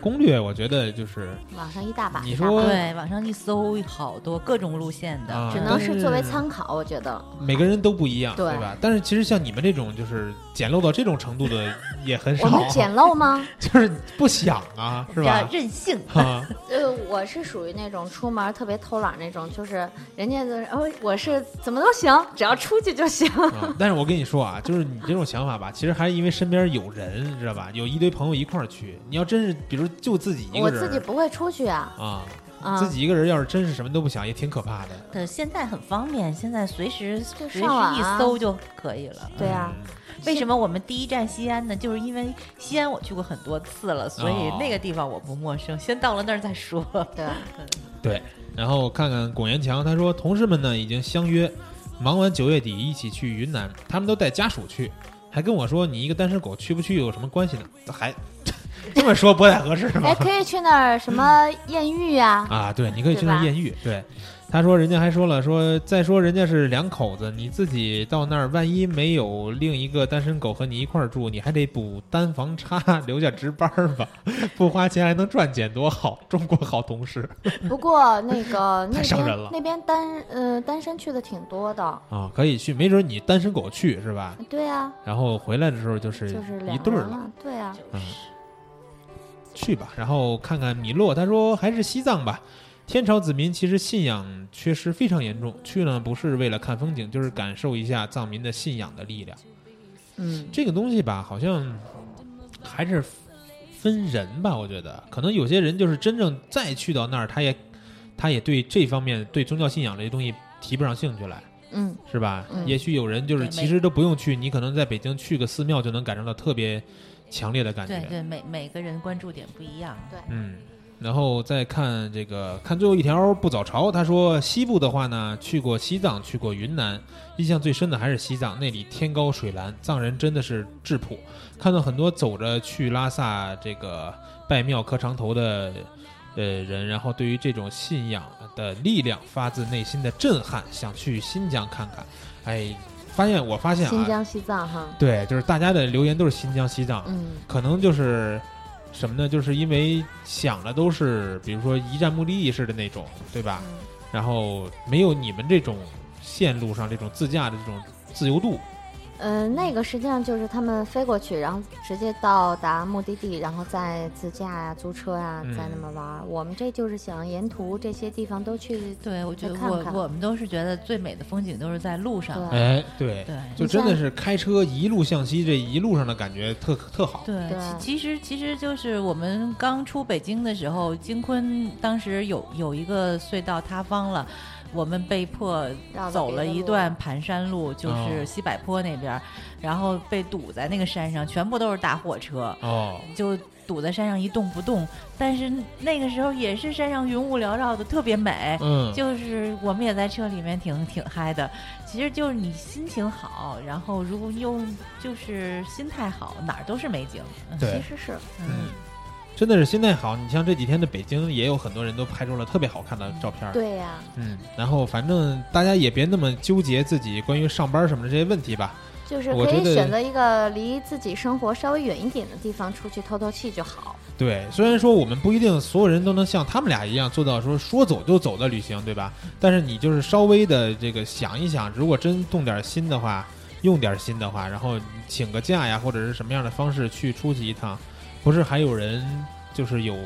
攻略我觉得就是网上一大把，你一大说把对，网上一搜，好多各种路线的，啊只能是作为参考，[LAUGHS] 我觉得每个人都不一样，对对吧？但是其实像你们这种就是简陋到这种程度 [LAUGHS] 的也很我少们啊，简陋吗？ [LAUGHS] 就是不想啊，是比较吧？任性。 [LAUGHS] 啊， [LAUGHS] 呃，我是属于那种出门特别偷懒那种，就是人家的，哦，我是怎么都行，只要出去就行。啊但是我跟你说啊，就是你这种想法吧，其实还是因为身边有人，知道吧？有一堆朋友一块儿去。你要真是比如就自己一 [LAUGHS] 我个自人己不会出去啊，啊，啊，自己一个人要是真是什么都不想，也挺可怕的。对，现在很方便，现在随时随就时上网一啊搜就可以了。对啊，嗯为什么我们第一站西安呢？就是因为西安我去过很多次了，所以哦那个地方我不陌生。先到了那儿再说。 [LAUGHS] 对，啊对，然后看看龚延强，他说同事们呢已经相约，忙完九月底一起去云南，他们都带家属去，还跟我说你一个单身狗去不去有什么关系呢？还 [LAUGHS] 这么说不太合适 [LAUGHS] 哎，吧？可以去那儿什么艳遇呀、啊，对，你可以去对那儿吧艳遇。对，他说人家还说了，说再说人家是两口子，你自己到那儿万一没有另一个单身狗和你一块儿住，你还得补单房差，留下值班儿吧， [LAUGHS] 不花钱还能赚钱，多好！中国好同事不过那个嗯那 [LAUGHS] 太伤人了边那边单呃单身去的挺多的，啊，可以去，没准你单身狗去是吧？对啊，然后回来的时候就是就是一两对个儿人了，了，对啊，去吧。然后看看米洛，他说还是西藏吧。天朝子民其实信仰缺失非常严重，去呢不是为了看风景，就是感受一下藏民的信仰的力量。嗯，这个东西吧，好像还是分人吧，我觉得可能有些人就是真正再去到那儿，他也他也对这方面对宗教信仰这些东西提不上兴趣来。嗯，是吧？嗯也许有人就是对其没实都不用去，你可能在北京去个寺庙就能感受到特别强烈的感觉。对对，每每个人关注点不一样。嗯，然后再看这个，看最后一条不早朝，他说西部的话呢，去过西藏，去过云南，印象最深的还是西藏，那里天高水蓝，藏人真的是质朴。看到很多走着去拉萨这个拜庙磕长头的呃人，然后对于这种信仰的力量发自内心的震撼，想去新疆看看。哎，发现我发现新啊，疆、西藏哈，对，就是大家的留言都是新疆、西藏，嗯，可能就是什么呢？就是因为想的都是，比如说一站目的地式的那种，对吧？嗯然后没有你们这种线路上这种自驾的这种自由度。呃，那个实际上就是他们飞过去，然后直接到达目的地，然后再自驾呀、租车呀、嗯再那么玩儿。我们这就是想沿途这些地方都去对，我觉得看我看我们都是觉得最美的风景都是在路上。对啊哎，对，对就真的是开车一路向西，这一路上的感觉特特好。对，对其其实其实就是我们刚出北京的时候，京昆当时有有一个隧道塌方了。我们被迫绕到走别了的一路段盘山路，就哦是西柏坡那边儿，然后被堵在那个山上，全部都是大货车，哦，就堵在山上一动不动。但是那个时候也是山上云雾缭绕的，特别美。嗯，就是我们也在车里面挺挺嗨的，其实就是你心情好，然后如果又就是心态好，哪儿都是美景。其对，实是嗯嗯，，真的是心态好。你像这几天的北京，也有很多人都拍出了特别好看的照片。。对呀、嗯，然后反正大家也别那么纠结自己关于上班什么的这些问题吧。就是我可觉以得选择一个离自己生活稍微远一点的地方出去透透气就好。对，虽然说我们不一定所有人都能像他们俩一样做到说说走就走的旅行，对吧？但是你就是稍微的这个想一想，如果真动点心的话，用点心的话，然后请个假呀，或者是什么样的方式去出去一趟，不是还有人就是有。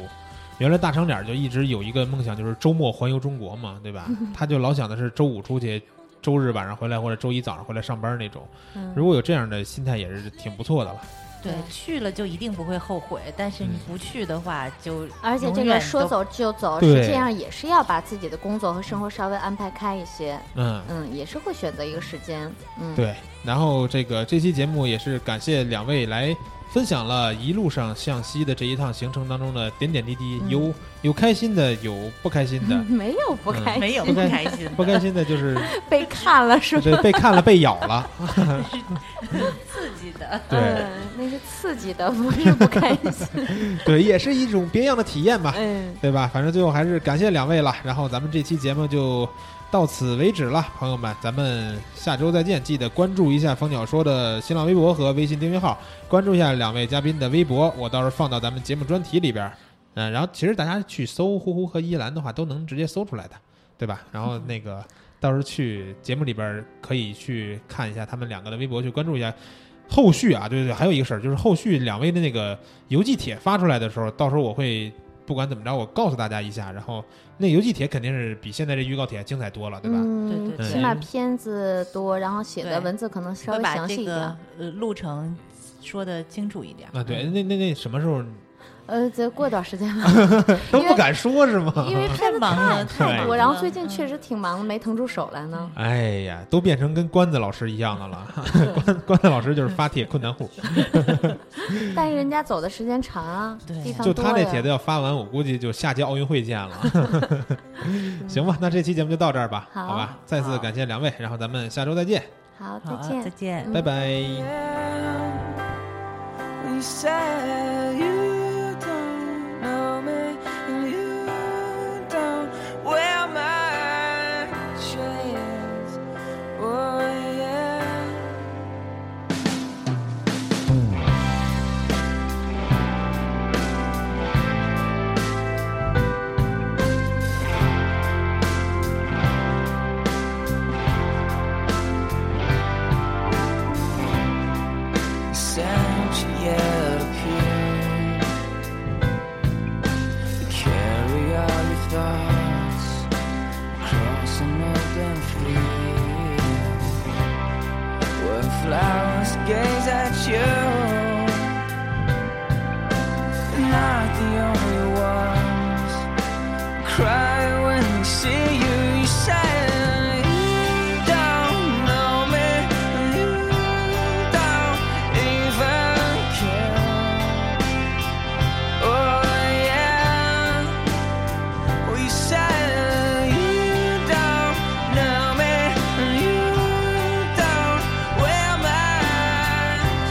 原来大长脸儿就一直有一个梦想，就是周末环游中国嘛，对吧？他就老想的是周五出去，周日晚上回来或者周一早上回来上班那种。嗯，如果有这样的心态，也是挺不错的了。对，对去了就一定不会后悔，但是你嗯不去的话就而且这永远都个说走就走，对实际上也是要把自己的工作和生活稍微安排开一些。嗯，嗯，也是会选择一个时间。嗯，对，然后这个这期节目也是感谢两位来分享了一路上向西的这一趟行程当中的点点滴滴，嗯有有开心的，有不开心的， [LAUGHS] 没有不开心，没有不不开开心的，不开心的 [LAUGHS] 就是被看了是吧？对被看了被咬 [LAUGHS] 了，刺激的。对嗯，那是刺激的，不是不开 [LAUGHS] 心。对，也是一种别样的体验吧。嗯，对吧？反正最后还是感谢两位了，然后咱们这期节目就到此为止了，朋友们，咱们下周再见，记得关注一下蜂鸟说的新浪微博和微信订阅号，关注一下两位嘉宾的微博，我到时候放到咱们节目专题里边儿。嗯，然后其实大家去搜呼呼和依兰的话，都能直接搜出来的，对吧？然后那个到时候去节目里边儿可以去看一下他们两个的微博，去关注一下。后续啊，对对对，还有一个事儿，就是后续两位的那个邮寄帖发出来的时候，到时候我会不管怎么着，我告诉大家一下。然后那邮寄帖肯定是比现在这预告帖精彩多了，对吧？嗯对对起码对片子多，然后写的对文字可能 [LAUGHS] 稍会微把详细这一点个儿。呃路程说的清楚一点。啊，对，那那那什么时候呃，再过段时间吧， [LAUGHS] 都不敢说是吗？因为太忙了，嗯太太忙我然后最近确实挺忙的，没腾出手来呢。哎呀，都变成跟关子老师一样的了。 [LAUGHS] 关关子老师就是发帖困难户，但是人家走的时间长啊，嗯对地方就多他那呀帖子要发完，我估计就下届奥运会见了。 [LAUGHS] 行吧，那这期节目就到这儿吧，好好吧？再次感谢两位，然后咱们下周再见，好，再好，见再。见。拜拜。 You said you don't know me, and you don't wear my chains. Oh yeah. sent yet appear to carry all your thoughts across an open field where flowers gaze at you not the only ones cry when they see you you say you don't know me you don't even care. Oh yeah, we said you don't know me, and you don't wear my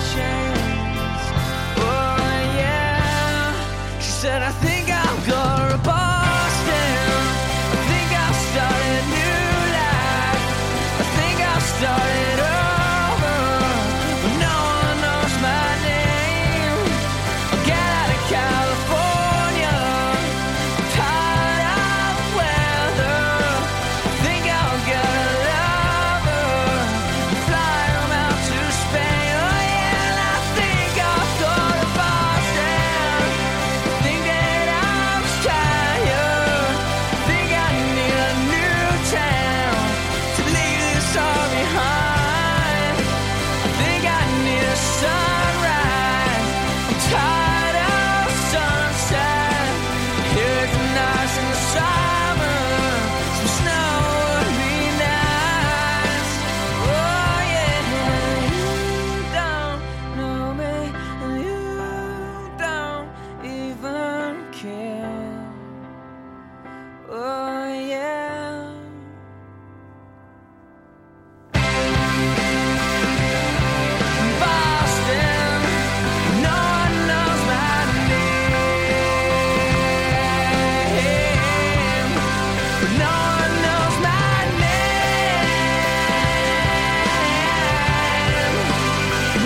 chains. Oh yeah, she said I think I'll go to Boston. I think I'll start a new life. I think I'll start it over. But no one knows my name. I'll get out of California. I'm tired of weather. I think I'll get a lover. Fly 'em out to Spain. Oh, yeah, and I think I'll go to Boston. Think that I'm tired. Think I need a new town to leave this all behind. I think I need a sunrise. I'm tired of sunset. Here's the nights in the summer. Some snow would be nice. Oh yeah, you don't know me, and you don't even care. Oh yeah. Boston, no one knows my name. No one knows my name.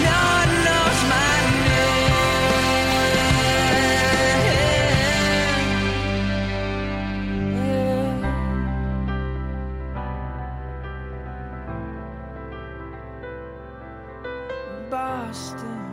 No one knows my name. Boston.